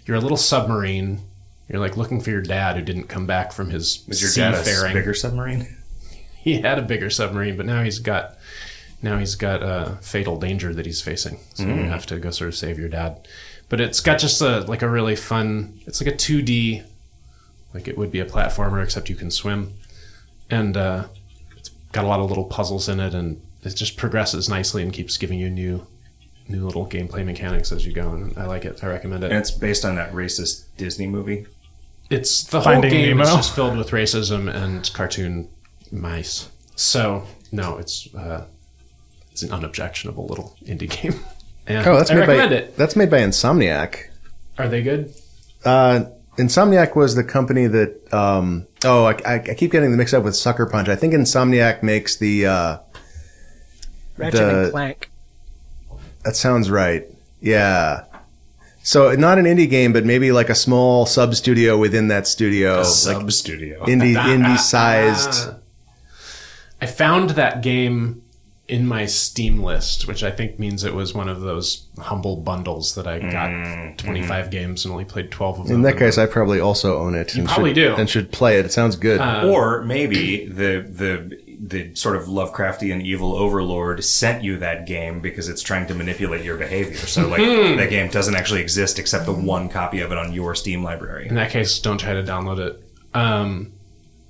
E: you're a little submarine. You're like looking for your dad who didn't come back from his
A: Is your dad a
E: seafaring.
A: bigger submarine?
E: he had a bigger submarine, but now he's got now he's got a fatal danger that he's facing. So you have to go sort of save your dad. But it's got just a like a really fun. It's like a two D, like it would be a platformer except you can swim, and uh, it's got a lot of little puzzles in it, and it just progresses nicely and keeps giving you new new little gameplay mechanics as you go. And I like it. I recommend it
A: And it's based on that racist Disney movie.
E: it's the
D: Finding
E: whole game is
D: Nemo.
E: just filled with racism and cartoon mice. So no, it's uh, it's an unobjectionable little indie game. And
C: Oh, that's
E: I
C: made by
E: recommend it.
C: that's made by Insomniac.
E: Are they good?
C: Uh, Insomniac was the company that. Um, oh, I, I, I keep getting the mix up with Sucker Punch. I think Insomniac makes the. Uh,
B: Ratchet
C: The-
B: and Clank.
C: that sounds right. Yeah. So not an indie game, but maybe like a small sub studio within that studio, like
A: Sub studio.
C: indie indie sized.
E: I found that game in my Steam list, which I think means it was one of those humble bundles that I got 25 games and only played 12 of them.
C: In that case, I probably also own it. You and
E: probably
C: should,
E: do. Uh.
C: and should play it. It sounds good.
E: Um,
A: or maybe the the the sort of Lovecraftian evil overlord sent you that game because it's trying to manipulate your behavior. So like
E: Hmm.
A: that game doesn't actually exist except the one copy of it on your Steam library.
E: In that case, don't try to download it. Um,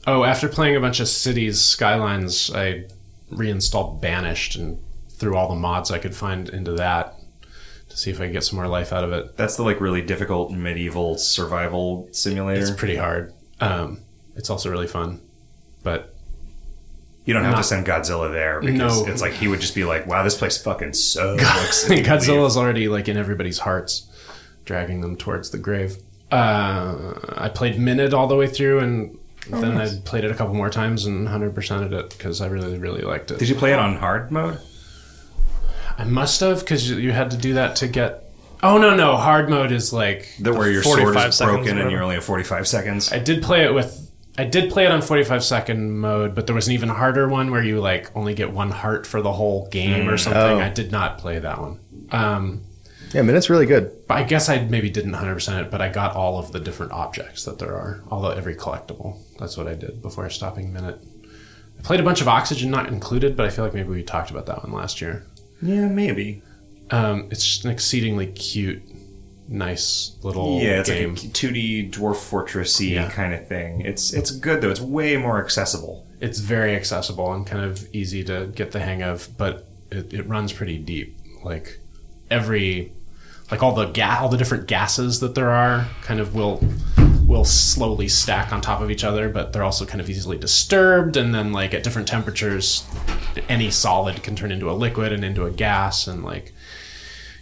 E: oh, after playing a bunch of cities skylines, I reinstalled Banished and threw all the mods I could find into that to see if I could get some more life out of it.
A: That's the like really difficult medieval survival
E: It's
A: simulator.
E: pretty hard. Um, it's also really fun, but
A: you don't have to
E: not-
A: send Godzilla there because
E: No.
A: it's like he would just be like, "Wow, this place fucking sucks."
E: Godzilla's already like in everybody's hearts, dragging them towards the grave. Uh, I played Minute all the way through, and then I played it a couple more times and 100%ed it because I really, really liked it.
A: Did you play it on hard mode?
E: I must have because you, you had to do that to get. Oh no no! Hard mode is like
A: That where your sword
D: 45
A: is
D: seconds or
A: broken and
D: whatever.
A: you only have forty five seconds.
E: I did play it with. I did play it on 45 second mode, but there was an even harder one where you like only get one heart for the whole game or something. I did not play that one. Um,
C: yeah, I mean, it's really good.
E: but I guess I maybe didn't 100% it, but I got all of the different objects that there are, although every collectible. That's what I did before stopping minute. I played a bunch of Oxygen not included, but I feel like maybe we talked about that one last year.
A: yeah, maybe.
E: Um, it's just an exceedingly cute, nice little
A: Yeah, it's
E: game.
A: like a two D dwarf fortressy
E: Yeah.
A: kind of thing. It's it's good though. It's way more accessible.
E: it's very accessible and kind of easy to get the hang of, but it, it runs pretty deep. Like every, like all the ga- all the different gases that there are, kind of will will slowly stack on top of each other, but they're also kind of easily disturbed. And then like at different temperatures, any solid can turn into a liquid and into a gas, and like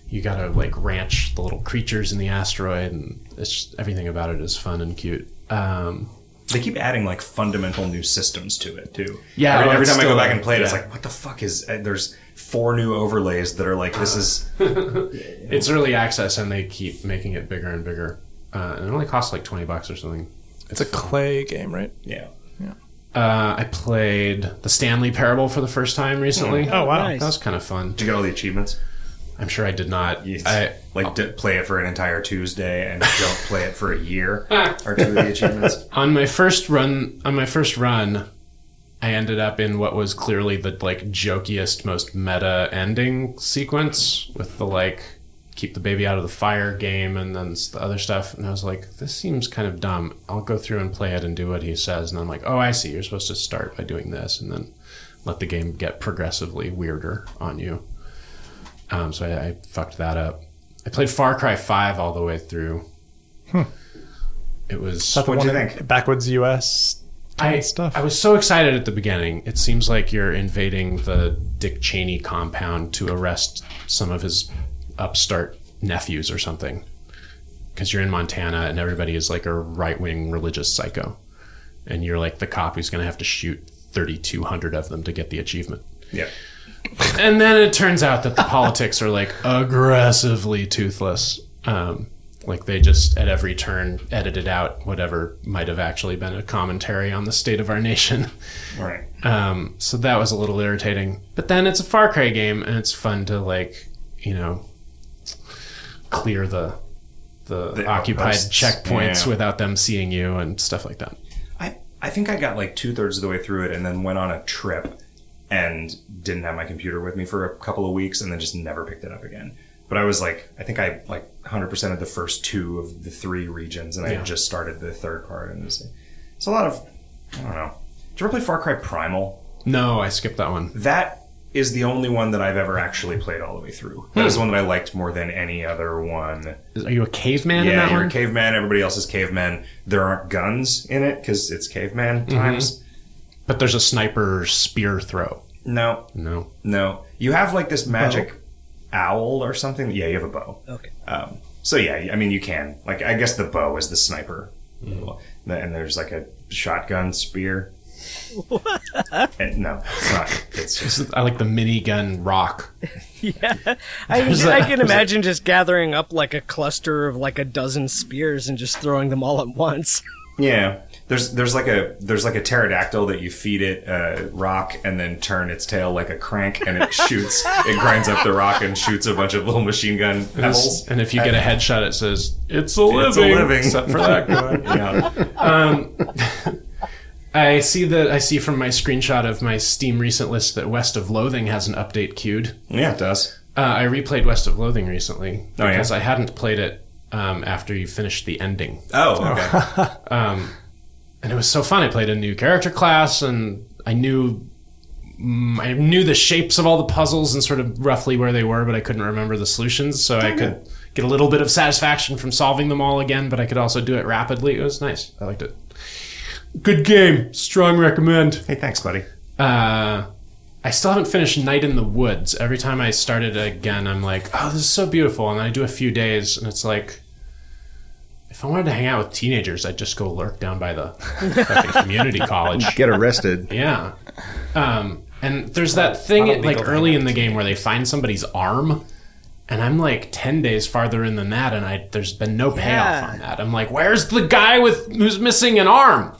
E: you gotta like ranch the little creatures in the asteroid, and it's just, everything about it is fun and cute. Um,
A: They keep adding like fundamental new systems to it too.
E: Yeah,
A: every,
E: well,
A: every
E: it's
A: time I go
E: still
A: back
E: there.
A: and play it, it's
E: Yeah.
A: like, what the fuck is? uh, There's four new overlays that are like, this is
E: It's early access, and they keep making it bigger and bigger. Uh, and it only costs like twenty bucks or something.
D: It's a clay game, right?
A: yeah.
E: Uh, I played the Stanley Parable for the first time recently.
D: Oh wow.
E: that was kind of fun.
A: Did you get all the achievements?
E: I'm sure I did not. I,
A: I, like d- play it for an entire Tuesday and don't play it for a year. Are two of the achievements?
E: on my first run, on my first run, I ended up in what was clearly the like jokiest, most meta ending sequence with the like keep the baby out of the fire game and then s- the other stuff. And I was like, this seems kind of dumb. I'll go through and play it and do what he says. And I'm like, oh, I see. You're supposed to start by doing this and then let the game get progressively weirder on you. Um, so I, I fucked that up. I played Far Cry 5 all the way through. It was
D: Is that the
A: What'd
D: one
A: you
D: in
A: think?
D: Backwoods U.S.
E: I,
D: stuff.
E: I was so excited at the beginning. It seems like you're invading the Dick Cheney compound to arrest some of his upstart nephews or something. Because you're in Montana and everybody is like a right wing religious psycho. And you're like the cop who's going to have to shoot 3,200 of them to get the achievement.
A: Yeah.
E: And then it turns out that the politics are like aggressively toothless. Um, like they just at every turn edited out whatever might have actually been a commentary on the state of our nation.
A: All right.
E: Um, so that was a little irritating. But then it's a Far Cry game, and it's fun to like, you know, clear the the,
A: The
E: occupied
A: outposts,
E: checkpoints
A: yeah.
E: without them seeing you and stuff like that.
A: I I think I got like two thirds of the way through it and then went on a trip and didn't have my computer with me for a couple of weeks and then just never picked it up again. But I was like, I think I like 100% of the first two of the three regions and I
E: Yeah.
A: just started the third part. And it's, it's a lot of, I don't know. Did you ever play Far Cry Primal?
E: No, I skipped that one.
A: That is the only one that I've ever actually played all the way through. That is
E: Hmm.
A: the one that I liked more than any other one.
E: Are you a caveman in
A: Yeah,
E: that
A: you're
E: one?
A: a caveman. Everybody else is caveman. There aren't guns in it because it's caveman
E: Mm-hmm.
A: times.
E: but there's a sniper spear throw.
A: No,
E: No.
A: No, you have like this magic owl or something. Yeah, you have a bow.
B: Okay.
A: Um, so yeah, I mean, you can like I guess the bow is the sniper,
E: Hmm.
A: and there's like a shotgun spear. and, no, it's not. It's just
E: I like the minigun rock.
B: I,
E: There's
B: I
E: a-
B: can imagine just gathering up like a cluster of like a dozen spears and just throwing them all at once.
A: Yeah. There's there's like a there's like a pterodactyl that you feed it a rock and then turn its tail like a crank and it shoots it grinds up the rock and shoots a bunch of little machine gun pebbles.
E: And if you get a headshot, it says it's a living.
A: It's a living.
E: Except for that guy.
A: yeah.
E: I see that I see from my screenshot of my Steam recent list that West of Loathing has an update queued.
A: yeah, it does.
E: Uh, I replayed West of Loathing recently
A: Oh, yeah?
E: because I hadn't played it um, after you finished the ending,
A: Oh, okay.
E: and it was so fun. I played a new character class, and I knew mm, I knew the shapes of all the puzzles and sort of roughly where they were, but I couldn't remember the solutions, so I could get a little bit of satisfaction from solving them all again. But I could also do it rapidly. It was nice. I liked it. Good game. Strong recommend.
A: hey, thanks, buddy.
E: uh, I still haven't finished Night in the Woods. Every time I start it again, I'm like, oh, this is so beautiful. And then I do a few days, and it's like, if I wanted to hang out with teenagers, I'd just go lurk down by the fucking community college.
C: Get arrested.
E: Yeah. Um, and there's that thing like early in the game where they find somebody's arm, and I'm like ten days farther in than that, and I there's been no payoff
B: Yeah.
E: on that. I'm like, where's the guy with who's missing an arm?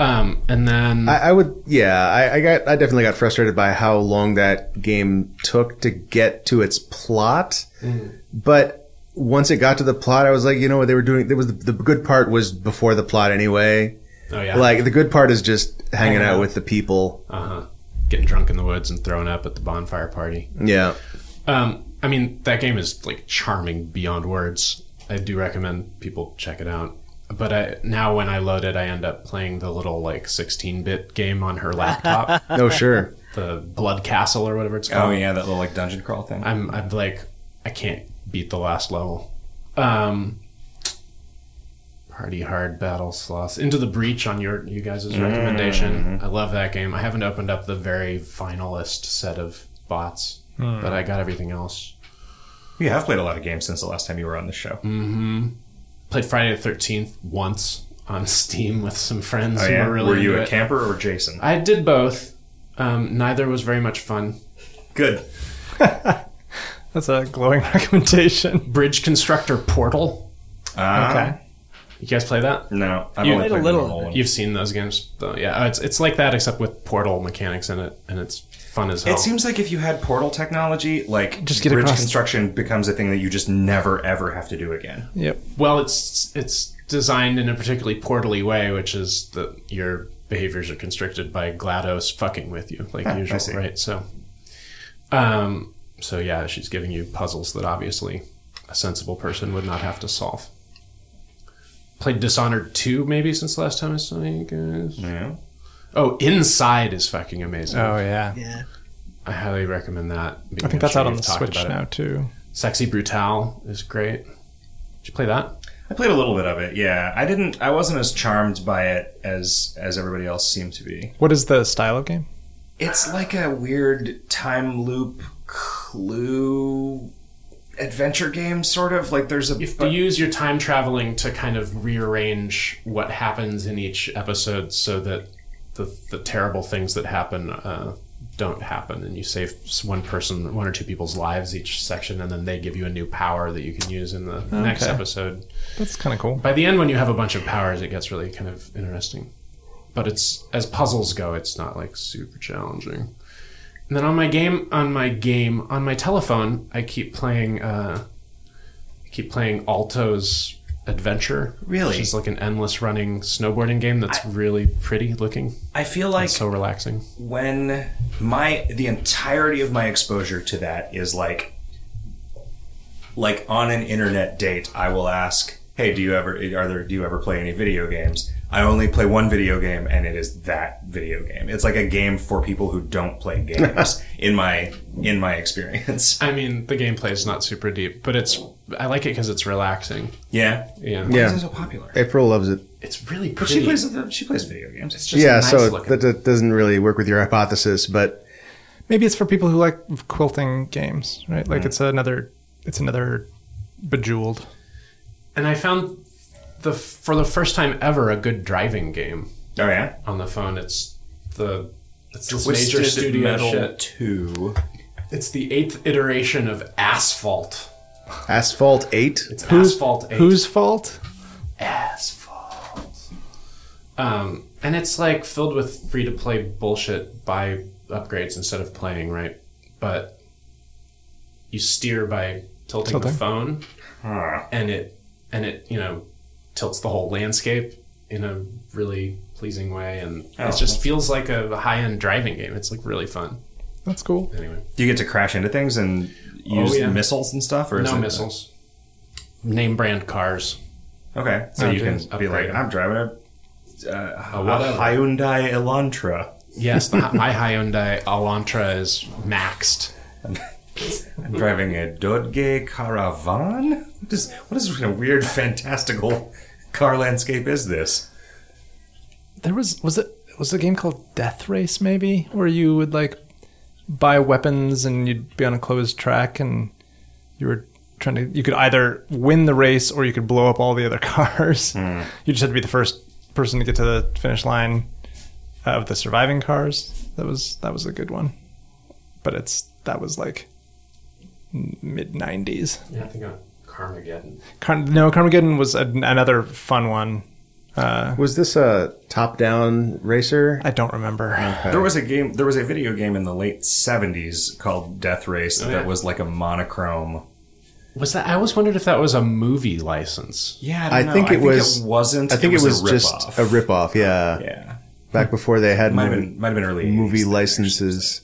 E: Um, and then
C: I, I would, yeah, I, I got, I definitely got frustrated by how long that game took to get to its plot.
E: Mm.
C: But once it got to the plot, I was like, you know what they were doing? There was the, the good part was before the plot anyway.
E: oh yeah,
C: Like the good part is just hanging out with the people.
E: Uh-huh. Getting drunk in the woods and throwing up at the bonfire party.
C: Yeah,
E: Um, I mean, that game is like charming beyond words. I do recommend people check it out. But I, now when I load it, I end up playing the little like 16-bit game on her laptop,
C: no, sure.
E: the Blood Castle or whatever it's
A: Oh
E: called.
A: yeah, that little like dungeon crawl thing.
E: I'm I'm like I can't beat the last level. Um, party hard battle sloth into the breach on your you guys'
A: Mm.
E: recommendation. I love that game. I haven't opened up the very finalist set of bots, but I got everything else.
A: You have played a lot of games since the last time you were on this show.
E: Played Friday the Thirteenth once on Steam with some friends
A: Oh,
E: who
A: yeah?
E: were really
A: were you
E: into
A: a
E: it.
A: camper or Jason?
E: I did both. Um, neither was very much fun.
A: Good.
D: That's a glowing recommendation.
E: Bridge Constructor Portal.
A: Uh,
E: Uh-huh.
D: Okay.
E: You guys play that?
A: No, I've
E: You-
A: only
B: Played a
A: played
B: little.
A: the normal one.
E: You've seen those games, though. Yeah, uh, it's it's like that except with portal mechanics in it, and it's fun as hell.
A: It seems like if you had portal technology, like
D: Just get
A: bridge
D: across-
A: construction becomes a thing that you just never ever have to do again.
D: Yep.
E: well, it's it's designed in a particularly portally way, which is that your behaviors are constricted by Glados fucking with you, like usual,
A: Ah, see.
E: right? So, um, so yeah, she's giving you puzzles that obviously a sensible person would not have to solve. Played Dishonored two maybe since the last time I saw you guys.
A: Yeah.
E: Oh, Inside is fucking amazing.
D: Oh yeah.
B: Yeah.
E: I highly recommend that.
D: I think that's out on the Switch now too.
E: Sexy Brutal is great. Did you play that?
A: I played a little bit of it. Yeah, I didn't. I wasn't as charmed by it as as everybody else seemed to be.
D: What is the style of game?
A: It's like a weird time loop clue adventure game, sort of. Like there's a
E: You have to use your time traveling to kind of rearrange what happens in each episode so that the, the terrible things that happen uh, don't happen, and you save s- one person, one or two people's lives each section, and then they give you a new power that you can use in the next
D: Okay.
E: episode.
D: That's kind of cool.
E: By the end, when you have a bunch of powers, it gets really kind of interesting. But it's as puzzles go, it's not like super challenging. And then on my game, on my game, on my telephone, I keep playing. Uh, I keep playing Alto's Adventure.
A: Really?
E: which is like an endless running snowboarding game that's really pretty looking,
A: I feel like
E: so relaxing.
A: when my the entirety of my exposure to that is like like on an internet date i will ask hey do you ever are there do you ever play any video games i only play one video game and it is that video game it's like a game for people who don't play games in my in my experience
E: I mean, the gameplay is not super deep, but it's I like it because it's relaxing.
A: yeah
E: Yeah,
A: Why is
C: Yeah.
A: it so popular
C: April loves it.
E: it's really
A: but
E: pretty.
A: she plays she plays video games
E: It's just
C: yeah,
E: nice
C: so
E: looking.
C: that, that doesn't really work with your hypothesis, but
D: Maybe it's for people who like quilting games, right? Like
E: Hmm.
D: it's another, it's another bejeweled.
E: and I found the for the first time ever a good driving game
A: oh yeah
E: on the phone. It's the it's this
A: Twisted
E: major studio
A: Metal
E: shit.
A: 2
E: It's the eighth iteration of Asphalt.
C: Asphalt Eight.
E: It's Asphalt Eight.
D: Whose fault?
E: Asphalt? Um, and it's like filled with free to play bullshit by upgrades instead of playing, right? But you steer by tilting, the
D: Tilting.
E: phone
A: Huh.
E: and it and it, you know, tilts the whole landscape in a really pleasing way and
A: Oh.
E: it just feels like a high end driving game. It's like really fun.
D: That's cool.
E: Anyway.
A: Do you get to crash into things and use
E: Oh, yeah.
A: missiles and stuff, or is
E: no
A: it-
E: missiles. Name brand cars.
A: Okay, so
D: No,
A: you can
E: just
A: be like,
E: upgrade 'em.
A: I'm driving a, uh,
E: A
A: a
E: whatever.
A: Hyundai Elantra.
E: Yes, the, my Hyundai Elantra is maxed.
A: I'm driving a Dodge Caravan. What is what is kind of weird, fantastical car landscape is this?
D: There was was it was a game called Death Race maybe where you would like buy weapons and you'd be on a closed track and you were trying to you could either win the race or you could blow up all the other cars. You just had to be the first person to get to the finish line of the surviving cars. That was that was a good one. But it's that was like mid 90s.
E: Yeah, I think I'm Carmageddon.
D: Car- no, Carmageddon was a, another fun one.
C: Was this a top-down racer?
D: I don't remember.
A: There was a game. There was a video game in the late '70s called Death Race
E: yeah.
A: that was like a monochrome.
E: Was that? I always wondered if that was a movie license.
A: Yeah,
C: I think it was-
A: wasn't.
C: I think it was, just a ripoff. Yeah,
A: Yeah,
C: back before they had
A: might have
C: movie,
A: been might have been early
C: movie
A: 80s.
C: licenses.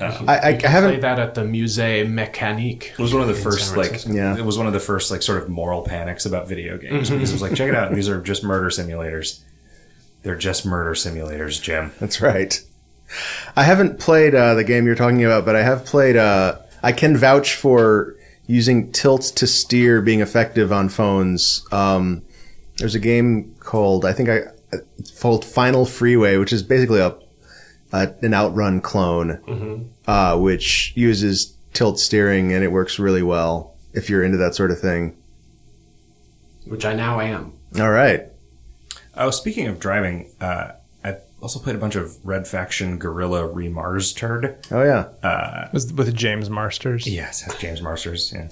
C: I, I, I
E: Play
C: haven't.
E: that at the Musée Mécanique.
A: It was one of the
E: in
A: first
E: San
A: like
E: Francisco.
C: Yeah.
A: it was one of the first like sort of moral panics about video games because it was like check it out these are just murder simulators. They're just murder simulators, Jim.
C: That's right. I haven't played uh, the game you're talking about, but I have played. Uh, I can vouch for using tilt to steer being effective on phones. Um, there's a game called I think I it's called Final Freeway, which is basically a, a an Outrun clone, uh, which uses tilt steering and it works really well if you're into that sort of thing.
E: which I now am.
C: All right,
A: Oh, speaking of driving, uh, I also played a bunch of Red Faction Gorilla Remars turd.
C: oh yeah,
D: was with James Marsters.
A: Yes, that's James Marsters. Yeah.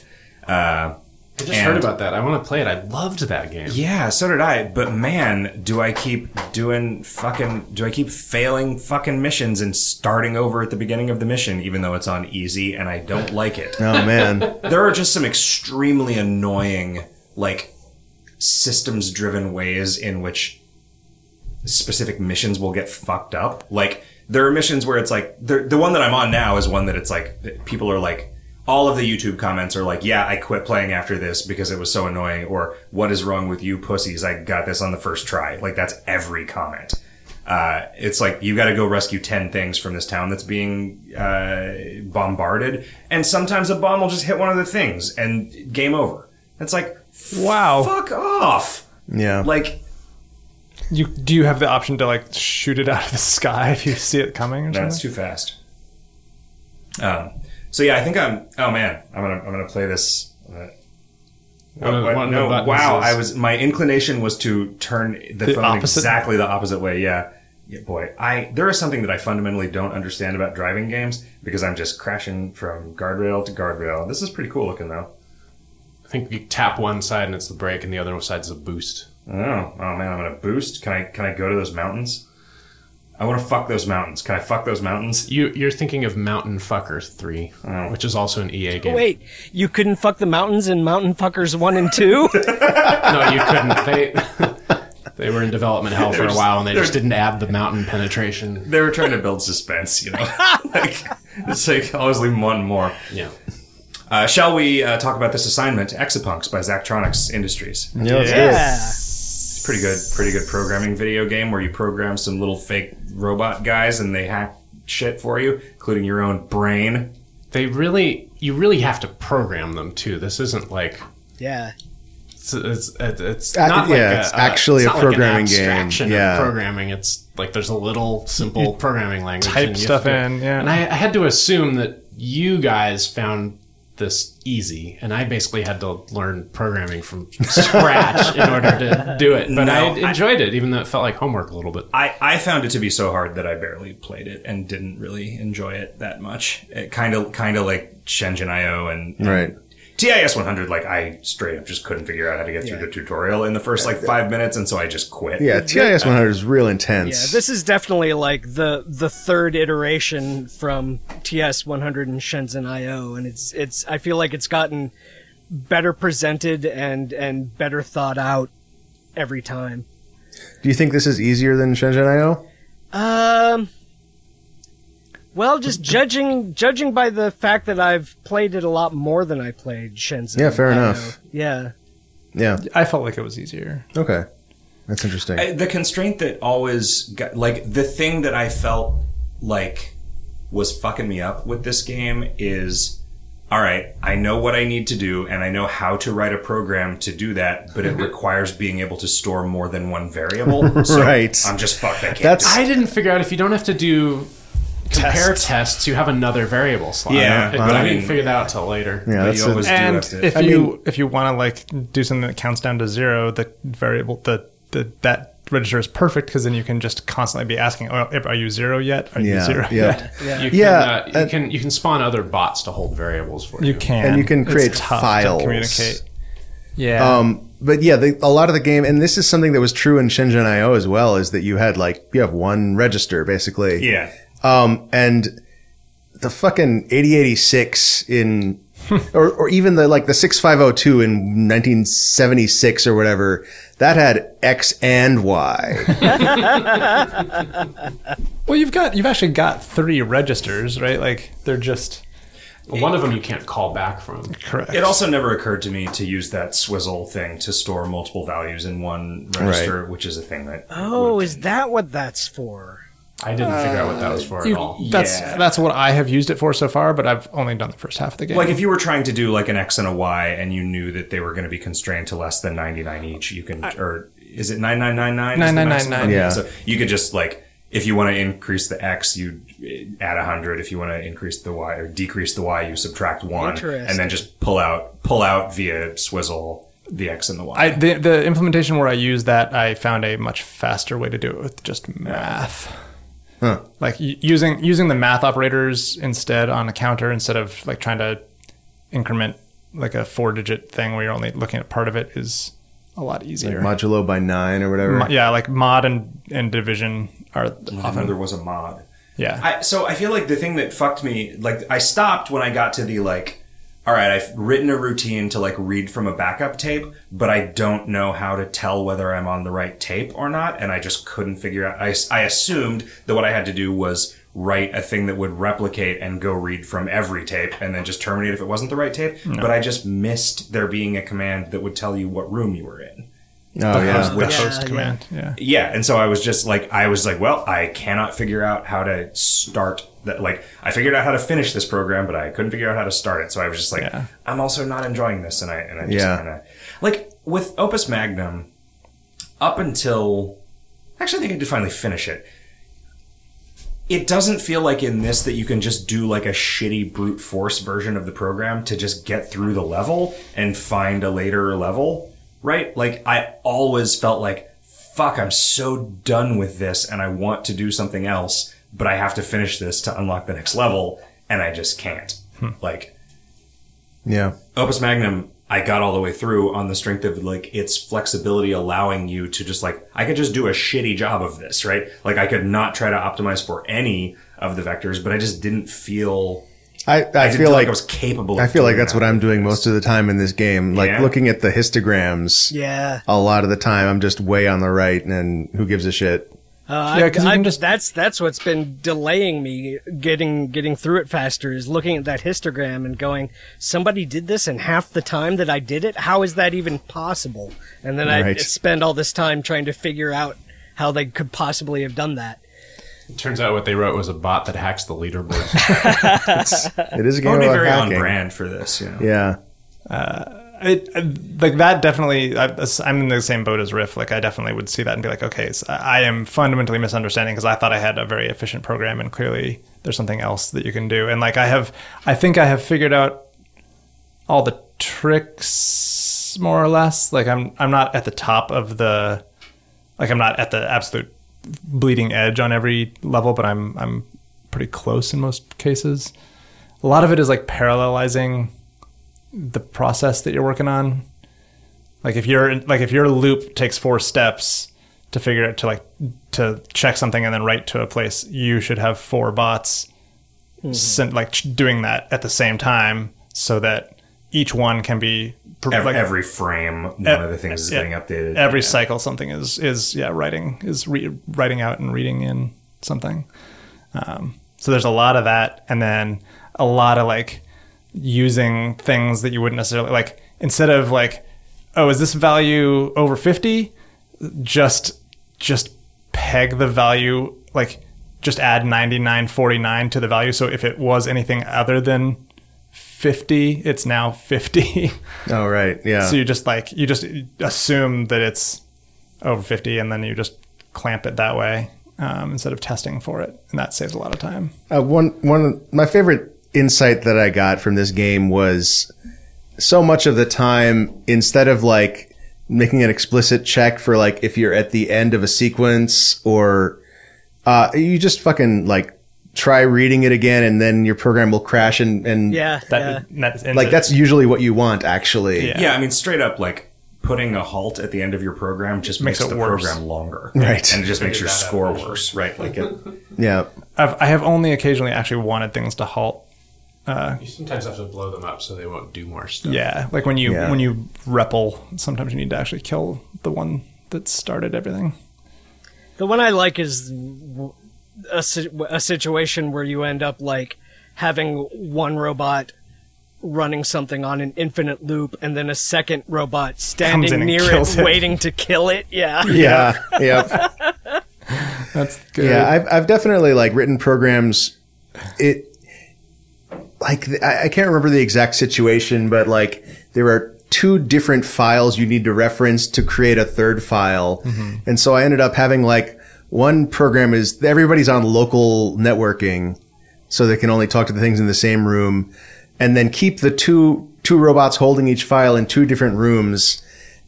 A: Uh,
E: I just
A: And-
E: heard about that. I want to play it. I loved that game.
A: yeah, so did I. But man, do I keep doing fucking? Do I keep failing fucking missions and starting over at the beginning of the mission, even though it's on easy and I don't like it?
C: oh man,
A: there are just some extremely annoying like systems driven ways in which specific missions will get fucked up like there are missions where it's like the, the one that i'm on now is one that it's like that people are like all of the youtube comments are like yeah i quit playing after this because it was so annoying or what is wrong with you pussies i got this on the first try like that's every comment uh, it's like you got to go rescue 10 things from this town that's being uh, bombarded and sometimes a bomb will just hit one of the things and game over it's like
D: Wow.
A: fuck off
C: yeah.
A: like
D: You do you have the option to like shoot it out of the sky if you see it coming or
A: No, it's
D: something?
A: too fast. Um, so yeah, I think I'm. Oh man, I'm gonna I'm gonna play this. Uh,
E: One of-
A: what-
E: one of the
A: no,
E: buttons
A: wow!
E: is-
A: I was my inclination was to turn the,
D: The
A: phone
D: opposite?
A: exactly the opposite way. Yeah. yeah, boy, I there is something that I fundamentally don't understand about driving games because I'm just crashing from guardrail to guardrail. This is pretty cool looking though.
E: I think you tap one side and it's the brake, and the other side's the boost.
A: Oh, oh man, I'm gonna boost. Can I can I go to those mountains? I want to fuck those mountains. Can I fuck those mountains?
E: You, you're thinking of Mountain Fucker Three,
C: Oh.
E: which is also an EA game.
B: Wait, you couldn't fuck the mountains in Mountain Fuckers 1 and 2?
E: No, you couldn't. They they were in development hell for a while, and they just didn't add the mountain penetration.
A: they were trying to build suspense, you know. like, it's like always leave one more.
E: Yeah.
A: Uh, shall we uh, talk about this assignment, Exapunks by Zachtronics Industries?
C: Yeah, let's do it.
B: yeah.
A: Pretty good, pretty good programming video game where you program some little fake robot guys and they hack shit for you, including your own brain.
E: They really, you really have to program them too. This isn't like
B: Yeah.
E: it's it's, it's
C: Uh,
E: not like
C: yeah,
E: a-
C: it's
E: a-
C: actually
E: it's not
C: a
E: like an
C: programming game,
E: abstraction of
C: yeah.
E: programming. It's like there's a little simple programming language.
D: type
E: and you
D: stuff
E: have to-
D: in, yeah.
E: And I, I had to assume that you guys found this easy, and I basically had to learn programming from scratch in order to do it. But
A: No, I-
E: I enjoyed it, even though it felt like homework a little bit.
A: I, I found it to be so hard that I barely played it and didn't really enjoy it that much. It kind of kind of like Shenzhen IO and, and
C: Right.
A: TIS 100, like I straight up just couldn't figure out how to get
B: Yeah.
A: through the tutorial in the first like five minutes, and so I just quit.
C: Yeah, TIS 100 is real
B: Yeah,
C: intense.
B: this is definitely like the the third iteration from TS 100 and Shenzhen IO, and it's it's. I feel like it's gotten better presented and and better thought out every time.
C: Do you think this is easier than Shenzhen IO?
B: Um. Well, just judging judging by the fact that I've played it a lot more than I played Shenzhen.
C: Yeah, fair
B: IO.
C: enough.
B: Yeah,
C: Yeah.
D: I felt like it was easier.
C: Okay. That's interesting.
A: I- the constraint that always got, like the thing that I felt like was fucking me up with this game is all right, I know what I need to do and I know how to write a program to do that, but it requires being able to store more than one variable. So
C: Right.
A: I'm just fucked. I can't
C: That's-
A: do it.
E: I didn't figure out if you don't have to do compare tests, you have another variable slot.
A: Yeah,
E: but
A: but I
E: I didn't
A: mean-
E: figure that out till later.
C: Yeah,
A: But
C: that's
A: you
C: a-
A: always do
D: And
A: have to-
D: if you if you want to like do something that counts down to zero, the variable the, the that register is perfect because then you can just constantly be asking, oh, are you zero yet? Are you
C: Yeah,
D: zero
C: yeah.
D: yet?
E: You can,
C: Yeah,
E: uh, you
C: and-
E: can you can spawn other bots to hold variables for you.
D: You can
C: And you can
D: It's
C: create
D: tough to
C: files.
D: communicate. Yeah.
C: Um, but yeah, the, a lot of the game, and this is something that was true in Shenzhen IO as well, is that you had like you have one register basically.
A: yeah.
C: Um, and the fucking eighty eighty six in, or or even the like the six five zero two in nineteen seventy six or whatever that had X and Y.
D: well, you've got you've actually got three registers, right? Like they're just
E: One of them you can't call back from.
D: correct.
A: It also never occurred to me to use that swizzle thing to store multiple values in one register, which is a thing that
B: Oh, is that what that's for?
E: I didn't figure out what that was for at all.
D: That's
A: Yeah.
D: that's what I have used it for so far, but I've only done the first half of the game.
A: Like if you were trying to do like an X and a Y and you knew that they were going to be constrained to less than 99 each, you can or is it 9999?
D: 9999,
C: yeah.
A: So you could just like if you want to increase the X, you eh, add 100. If you want to increase the Y or decrease the Y, you subtract 1 and
B: Interesting.
A: then just pull out pull out via swizzle the X and the Y.
D: I the, the implementation where I used that, I found a much faster way to do it with just math.
C: Huh.
D: Like y- using using the math operators instead on a counter instead of like trying to increment like a four digit thing where you're only looking at part of it is a lot easier.
C: Modulo by nine or whatever.
D: Mo- yeah, like mod and, and division are
A: I know
D: often
A: there was a mod.
D: yeah.
A: I, so I feel like the thing that fucked me, like I stopped when I got to the like, all right, I've written a routine to like read from a backup tape, but I don't know how to tell whether I'm on the right tape or not, and I just couldn't figure out. I, I assumed that what I had to do was write a thing that would replicate and go read from every tape and then just terminate if it wasn't the right tape, but I just missed there being a command that would tell you what room you were in.
C: Oh yeah.
D: the
A: Yeah,
D: host
B: yeah.
D: command. Yeah.
A: Yeah, and so I was just like, I was like, well, I cannot figure out how to start that. Like, I figured out how to finish this program, but I couldn't figure out how to start it. So I was just like,
D: Yeah.
A: I'm also not enjoying this, and I and I just
C: Yeah.
A: kind of like with Opus Magnum up until actually, I think I did finally finish it. It doesn't feel like in this that you can just do like a shitty brute force version of the program to just get through the level and find a later level, right? Like I always felt like fuck, I'm so done with this and I want to do something else, but I have to finish this to unlock the next level and I just can't. Like
C: Yeah.
A: Opus Magnum, I got all the way through on the strength of like its flexibility allowing you to just like I could just do a shitty job of this, right? Like I could not try to optimize for any of the vectors, but I just didn't feel
C: I, I,
A: I, didn't
C: feel like
A: I was capable.
C: I feel like that's what I'm doing most of the time in this game. Like
A: Yeah.
C: looking at the histograms.
B: Yeah.
C: A lot of the time, I'm just way on the right, and who gives a shit?
B: Uh,
D: Yeah,
B: I-
D: 'cause you
B: I-
D: can just-
B: that's that's what's been delaying me getting getting through it faster is looking at that histogram and going, somebody did this in half the time that I did it. How is that even possible? And then I
C: Right.
B: spend all this time trying to figure out how they could possibly have done that.
E: It turns out what they wrote was a bot that hacks the leaderboard.
C: It is a
A: I
C: game
A: would be
C: about
A: very on
C: hacking.
A: brand for this, you know.
C: Yeah.
D: it I- like that definitely I, i'm in the same boat as riff like i definitely would see that and be like okay so i I am fundamentally misunderstanding because i thought i had a very efficient program and clearly there's something else that you can do and like i have i think i have figured out all the tricks more or less like i'm i'm not at the top of the like i'm not at the absolute bleeding edge on every level but i'm i'm pretty close in most cases a lot of it is like parallelizing the process that you're working on. Like if your like if your loop takes four steps to figure it to like to check something and then write to a place, you should have four bots sent like ch- doing that at the same time so that each one can be per-
A: Every,
D: like
A: every frame, one of the things is
D: yeah.
A: getting updated.
D: every cycle something is is yeah writing is re- writing out and reading in something um, so there's a lot of that and then a lot of like using things that you wouldn't necessarily like instead of like oh is this value over 50 just just peg the value like just add 9949 to the value so if it was anything other than 50 it's now 50
C: Oh right, yeah.
D: so you just like you just assume that it's over 50 and then you just clamp it that way um, instead of testing for it and that saves a lot of time
C: Uh, one one of my favorite insight that I got from this game was so much of the time instead of like making an explicit check for like if you're at the end of a sequence or uh, you just fucking like try reading it again and then your program will crash and and
B: Yeah, yeah.
D: that, that and
C: like
D: it-
C: that's usually what you want actually
D: Yeah.
A: Yeah, I mean, straight up, like putting a halt at the end of your program just makes,
D: Makes it
A: the
D: worse.
A: program longer,
C: Right.
A: And it just makes your score worse, right? Like, it,
C: yeah
D: I've, i have only occasionally actually wanted things to halt
E: You sometimes have to blow them up so they won't do more stuff.
D: yeah like when you
C: Yeah.
D: when you repel sometimes you need to actually kill the one that started everything
B: The one I like is w- a, si- a situation where you end up like having one robot running something on an infinite loop and then a second robot
D: in
B: standing
D: and
B: near
D: kills
B: it,
D: it.
B: waiting to kill it. Yeah.
C: yeah yeah
D: that's good
C: Yeah, I've, I've definitely like written programs. It like th- I, I can't remember the exact situation, but like there are two different files you need to reference to create a third file, and so I ended up having like one program is everybody's on local networking, so they can only talk to the things in the same room, and then keep the two two robots holding each file in two different rooms.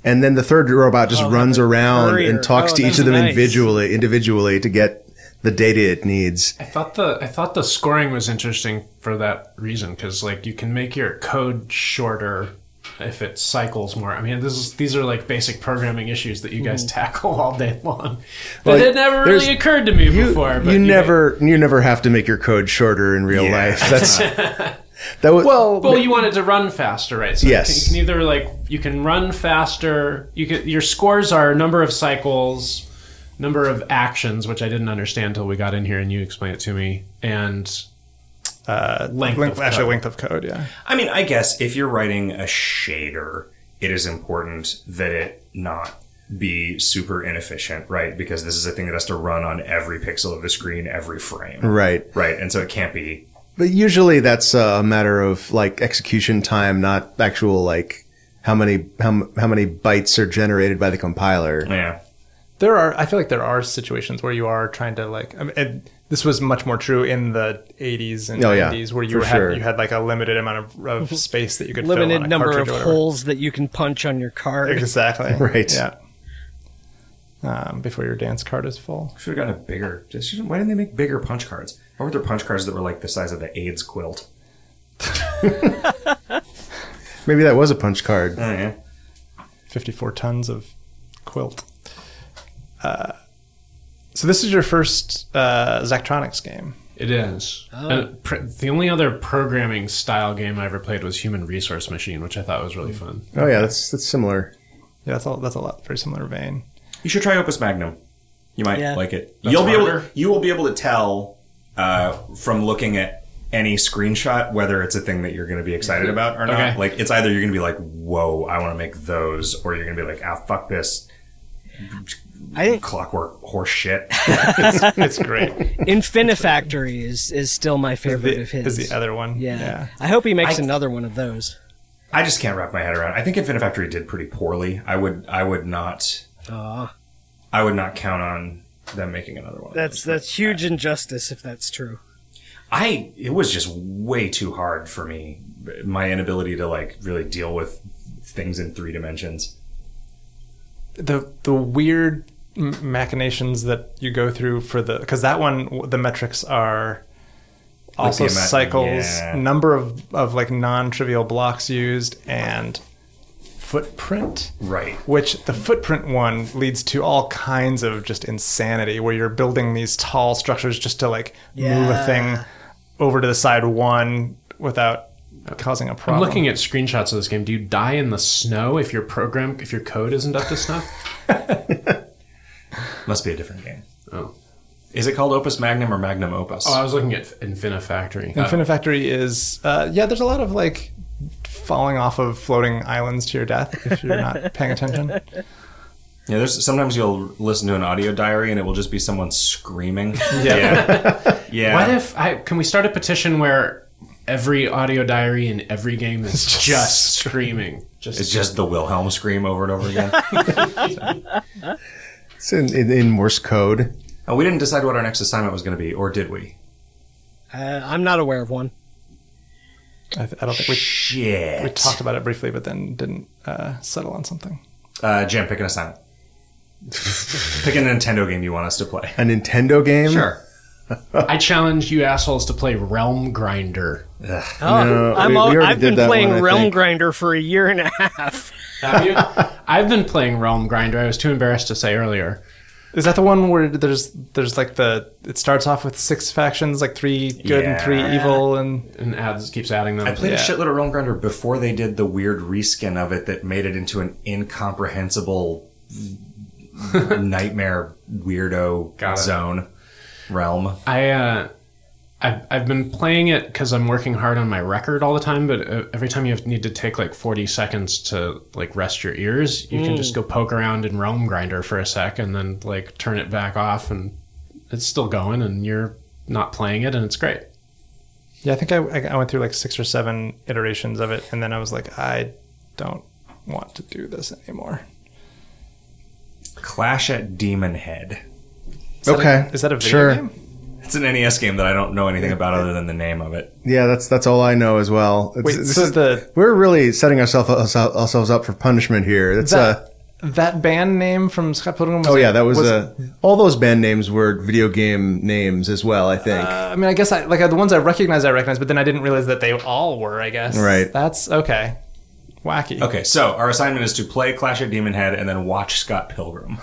C: And then the third robot just runs around
B: Oh, courier.
C: and talks
B: Oh,
C: to each
B: that's
C: of them
B: nice.
C: individually individually individually to get the data it needs.
E: I thought the I thought the scoring was interesting for that reason because like you can make your code shorter if it cycles more. I mean, this is these are like basic programming issues that you guys tackle all day long. That had never really
C: there's-
E: occurred to me
C: You,
E: before. But
C: you
E: may-
C: never you never have to make your code shorter in real life. That's that was well
E: Well, you want it to run faster, right? So
C: Yes.
E: You can, you can either like you can run faster. You can your scores are number of cycles, number of actions, which I didn't understand until we got in here and you explained it to me, and
D: uh,
E: Length
D: length-
E: of
D: actually
E: code.
D: length of code yeah
A: I mean, I guess if you're writing a shader, it is important that it not be super inefficient, right? Because this is a thing that has to run on every pixel of the screen, every frame,
C: right.
A: right? And so it can't be.
C: But usually that's a matter of like execution time, not actual like how many how, m- how many bytes are generated by the compiler.
A: Yeah,
D: there are i feel like there are situations where you are trying to like I mean, and this was much more true in the 80s and
C: Oh, yeah,
D: 90s where you
C: for
D: had
C: sure.
D: you had like a limited amount of, of space that you could fill on
B: Mm-hmm. Limited
D: a
B: number
D: cartridge or
B: of
D: whatever.
B: holes that you can punch on your card.
D: exactly
C: Right.
D: yeah um, before your dance card is full
A: should have gotten a bigger. Just should've- why didn't they make bigger punch cards? Why were there punch cards that were like the size of the AIDS quilt?
C: Maybe that was a punch card.
A: Oh, yeah.
D: 54 tons of quilt uh, so this is your first uh, Zachtronics game
E: It is. And pr- the only other programming style game I ever played was Human Resource Machine, which I thought was really fun.
C: Oh yeah, that's that's similar.
D: yeah that's all that's a lot very similar vein
A: You should try Opus Magnum. You might
B: Yeah.
A: like it.
E: That's
A: You'll be able.
E: harder.
A: You will be able to tell uh, from looking at any screenshot whether it's a thing that you're going to be excited about or not.
E: Okay.
A: Like it's either you're going to be like, "Whoa, I want to make those," or you're going to be like, "Ah, fuck this
B: I think
A: clockwork horse shit."
D: it's great
B: Infinifactory is, is still my favorite
D: the,
B: of his.
D: is the other one
B: yeah. I hope he makes
A: I-
B: another one of those.
A: I just can't wrap my head around. I think Infinifactory did pretty poorly. I would. I would not.
B: Aw.
A: I would not count on them making another one. of
B: That's
A: those.
B: that's huge injustice if that's true.
A: I it was just way too hard for me. My inability to like really deal with things in three dimensions.
D: the the weird m- machinations that you go through for the because that one w- the metrics are also
A: Lithium, uh,
D: cycles,
A: yeah.
D: number of, of like non-trivial blocks used, and footprint.
A: Right.
D: Which the footprint one leads to all kinds of just insanity, where you're building these tall structures just to like move a
B: Yeah.
D: thing over to the side one without causing a problem.
E: I'm looking at screenshots of this game. Do you die in the snow if your program, if your code isn't up to snuff?
A: Must be a different game.
E: Oh.
A: Is it called Opus Magnum or Magnum Opus?
E: Oh,
D: Uh,
E: I was looking at
A: Oh.
E: Infinifactory. Uh,
D: Infinifactory is uh, yeah. There's a lot of like falling off of floating islands to your death if you're not paying attention.
A: yeah, there's sometimes you'll listen to an audio diary and it will just be someone screaming.
D: Yeah.
A: yeah. yeah.
E: what if I can we start a petition where every audio diary in every game is just, screaming? Just
A: it's just the Wilhelm scream over and over again?
C: It's in, in, in Morse code.
A: oh, we didn't decide what our next assignment was going to be, or did we?
B: Uh, I'm not aware of one.
D: I, th- I don't think we,
A: Shit.
D: we talked about it briefly, but then didn't uh, settle on something.
A: Uh, Jim, pick an assignment. pick a Nintendo game you want us to play.
C: A Nintendo game?
E: I challenge you assholes to play Realm Grinder.
C: No,
B: Oh, I'm
C: we-
B: all,
C: we already
B: I've
C: did
B: been
C: that
B: playing
C: one, I
B: Realm
C: think.
B: Grinder for a year and a half.
E: Have you? I've been playing Realm Grinder. I was too embarrassed to say earlier.
D: Is that the one where there's there's like the it starts off with six factions, like three good and three
A: Yeah.
D: evil, and
E: And ads keeps adding them.
A: I played a
D: Yeah.
A: shitload of Realm Grinder before they did the weird reskin of it that made it into an incomprehensible nightmare weirdo
E: Got it.
A: zone realm.
E: I uh, I've, I've been playing it because I'm working hard on my record all the time. But uh, every time you have, need to take like 40 seconds to like rest your ears, you can just go poke around in Realm Grinder for a sec and then like turn it back off, and it's still going, and you're not playing it, and it's great.
D: yeah, I think I, I I went through like six or seven iterations of it, and then I was like, I don't want to do this anymore.
A: Clash at Demon Head.
D: Is that a-
C: Okay.
D: is that a video
C: Sure.
D: game?
A: It's an NES game that I don't know anything about other than the name of it.
C: Yeah, that's that's all I know as well. It's-
D: Wait,
C: this
D: so
C: is-
D: the-
C: we're really setting ourselves ourselves up for punishment here. That's uh,
D: That, that band name from Scott Pilgrim. Was
C: oh yeah, that was,
D: was
C: uh, all those band names were video game names as well. I think
B: Uh,
D: Uh, I mean, I guess I like the ones I recognize. I recognize, but then I didn't realize that they all were. I guess
C: Right.
D: That's okay. Wacky.
A: Okay, so our assignment is to play Clash at Demon Head and then watch Scott Pilgrim.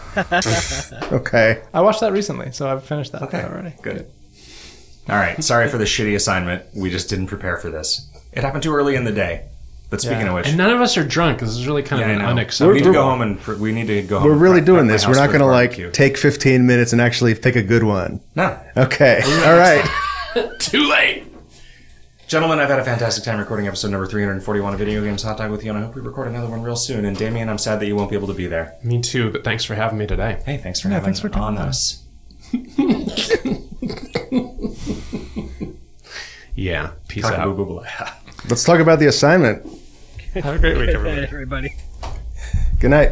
C: okay.
D: I watched that recently, so I've finished that already.
A: Good. All right. Sorry for the shitty assignment. We just didn't prepare for this. It happened too early in the day. But speaking
D: Yeah.
A: of which,
E: And none of us are drunk. This is really kind
A: Yeah,
E: of
A: I
E: an
A: know.
E: unacceptable.
A: We need to go home and pr- we need to go. Home
C: We're
A: and
C: really
A: prep-
C: doing
A: prep
C: this.
A: Oh, my
C: We're
A: house
C: not
A: for
C: going
A: the
C: to
A: barbecue.
C: like take 15 minutes and actually pick a good one.
A: no,
B: Oh,
C: Okay. All right.
E: Too late.
A: gentlemen. I've had a fantastic time recording episode number 341 of Video Games Hot Dog with you, and I hope we record another one real soon. And Damien, I'm sad that you won't be able to be there.
E: Me too. But thanks for having me today.
A: Hey, thanks for having
D: thanks for
A: on
D: coming on.
A: us.
E: Yeah. Peace out.
A: Cock-a-boo-boo-blah.
C: Let's talk about the assignment.
D: Have a great week, everybody.
B: Everybody.
C: Good night.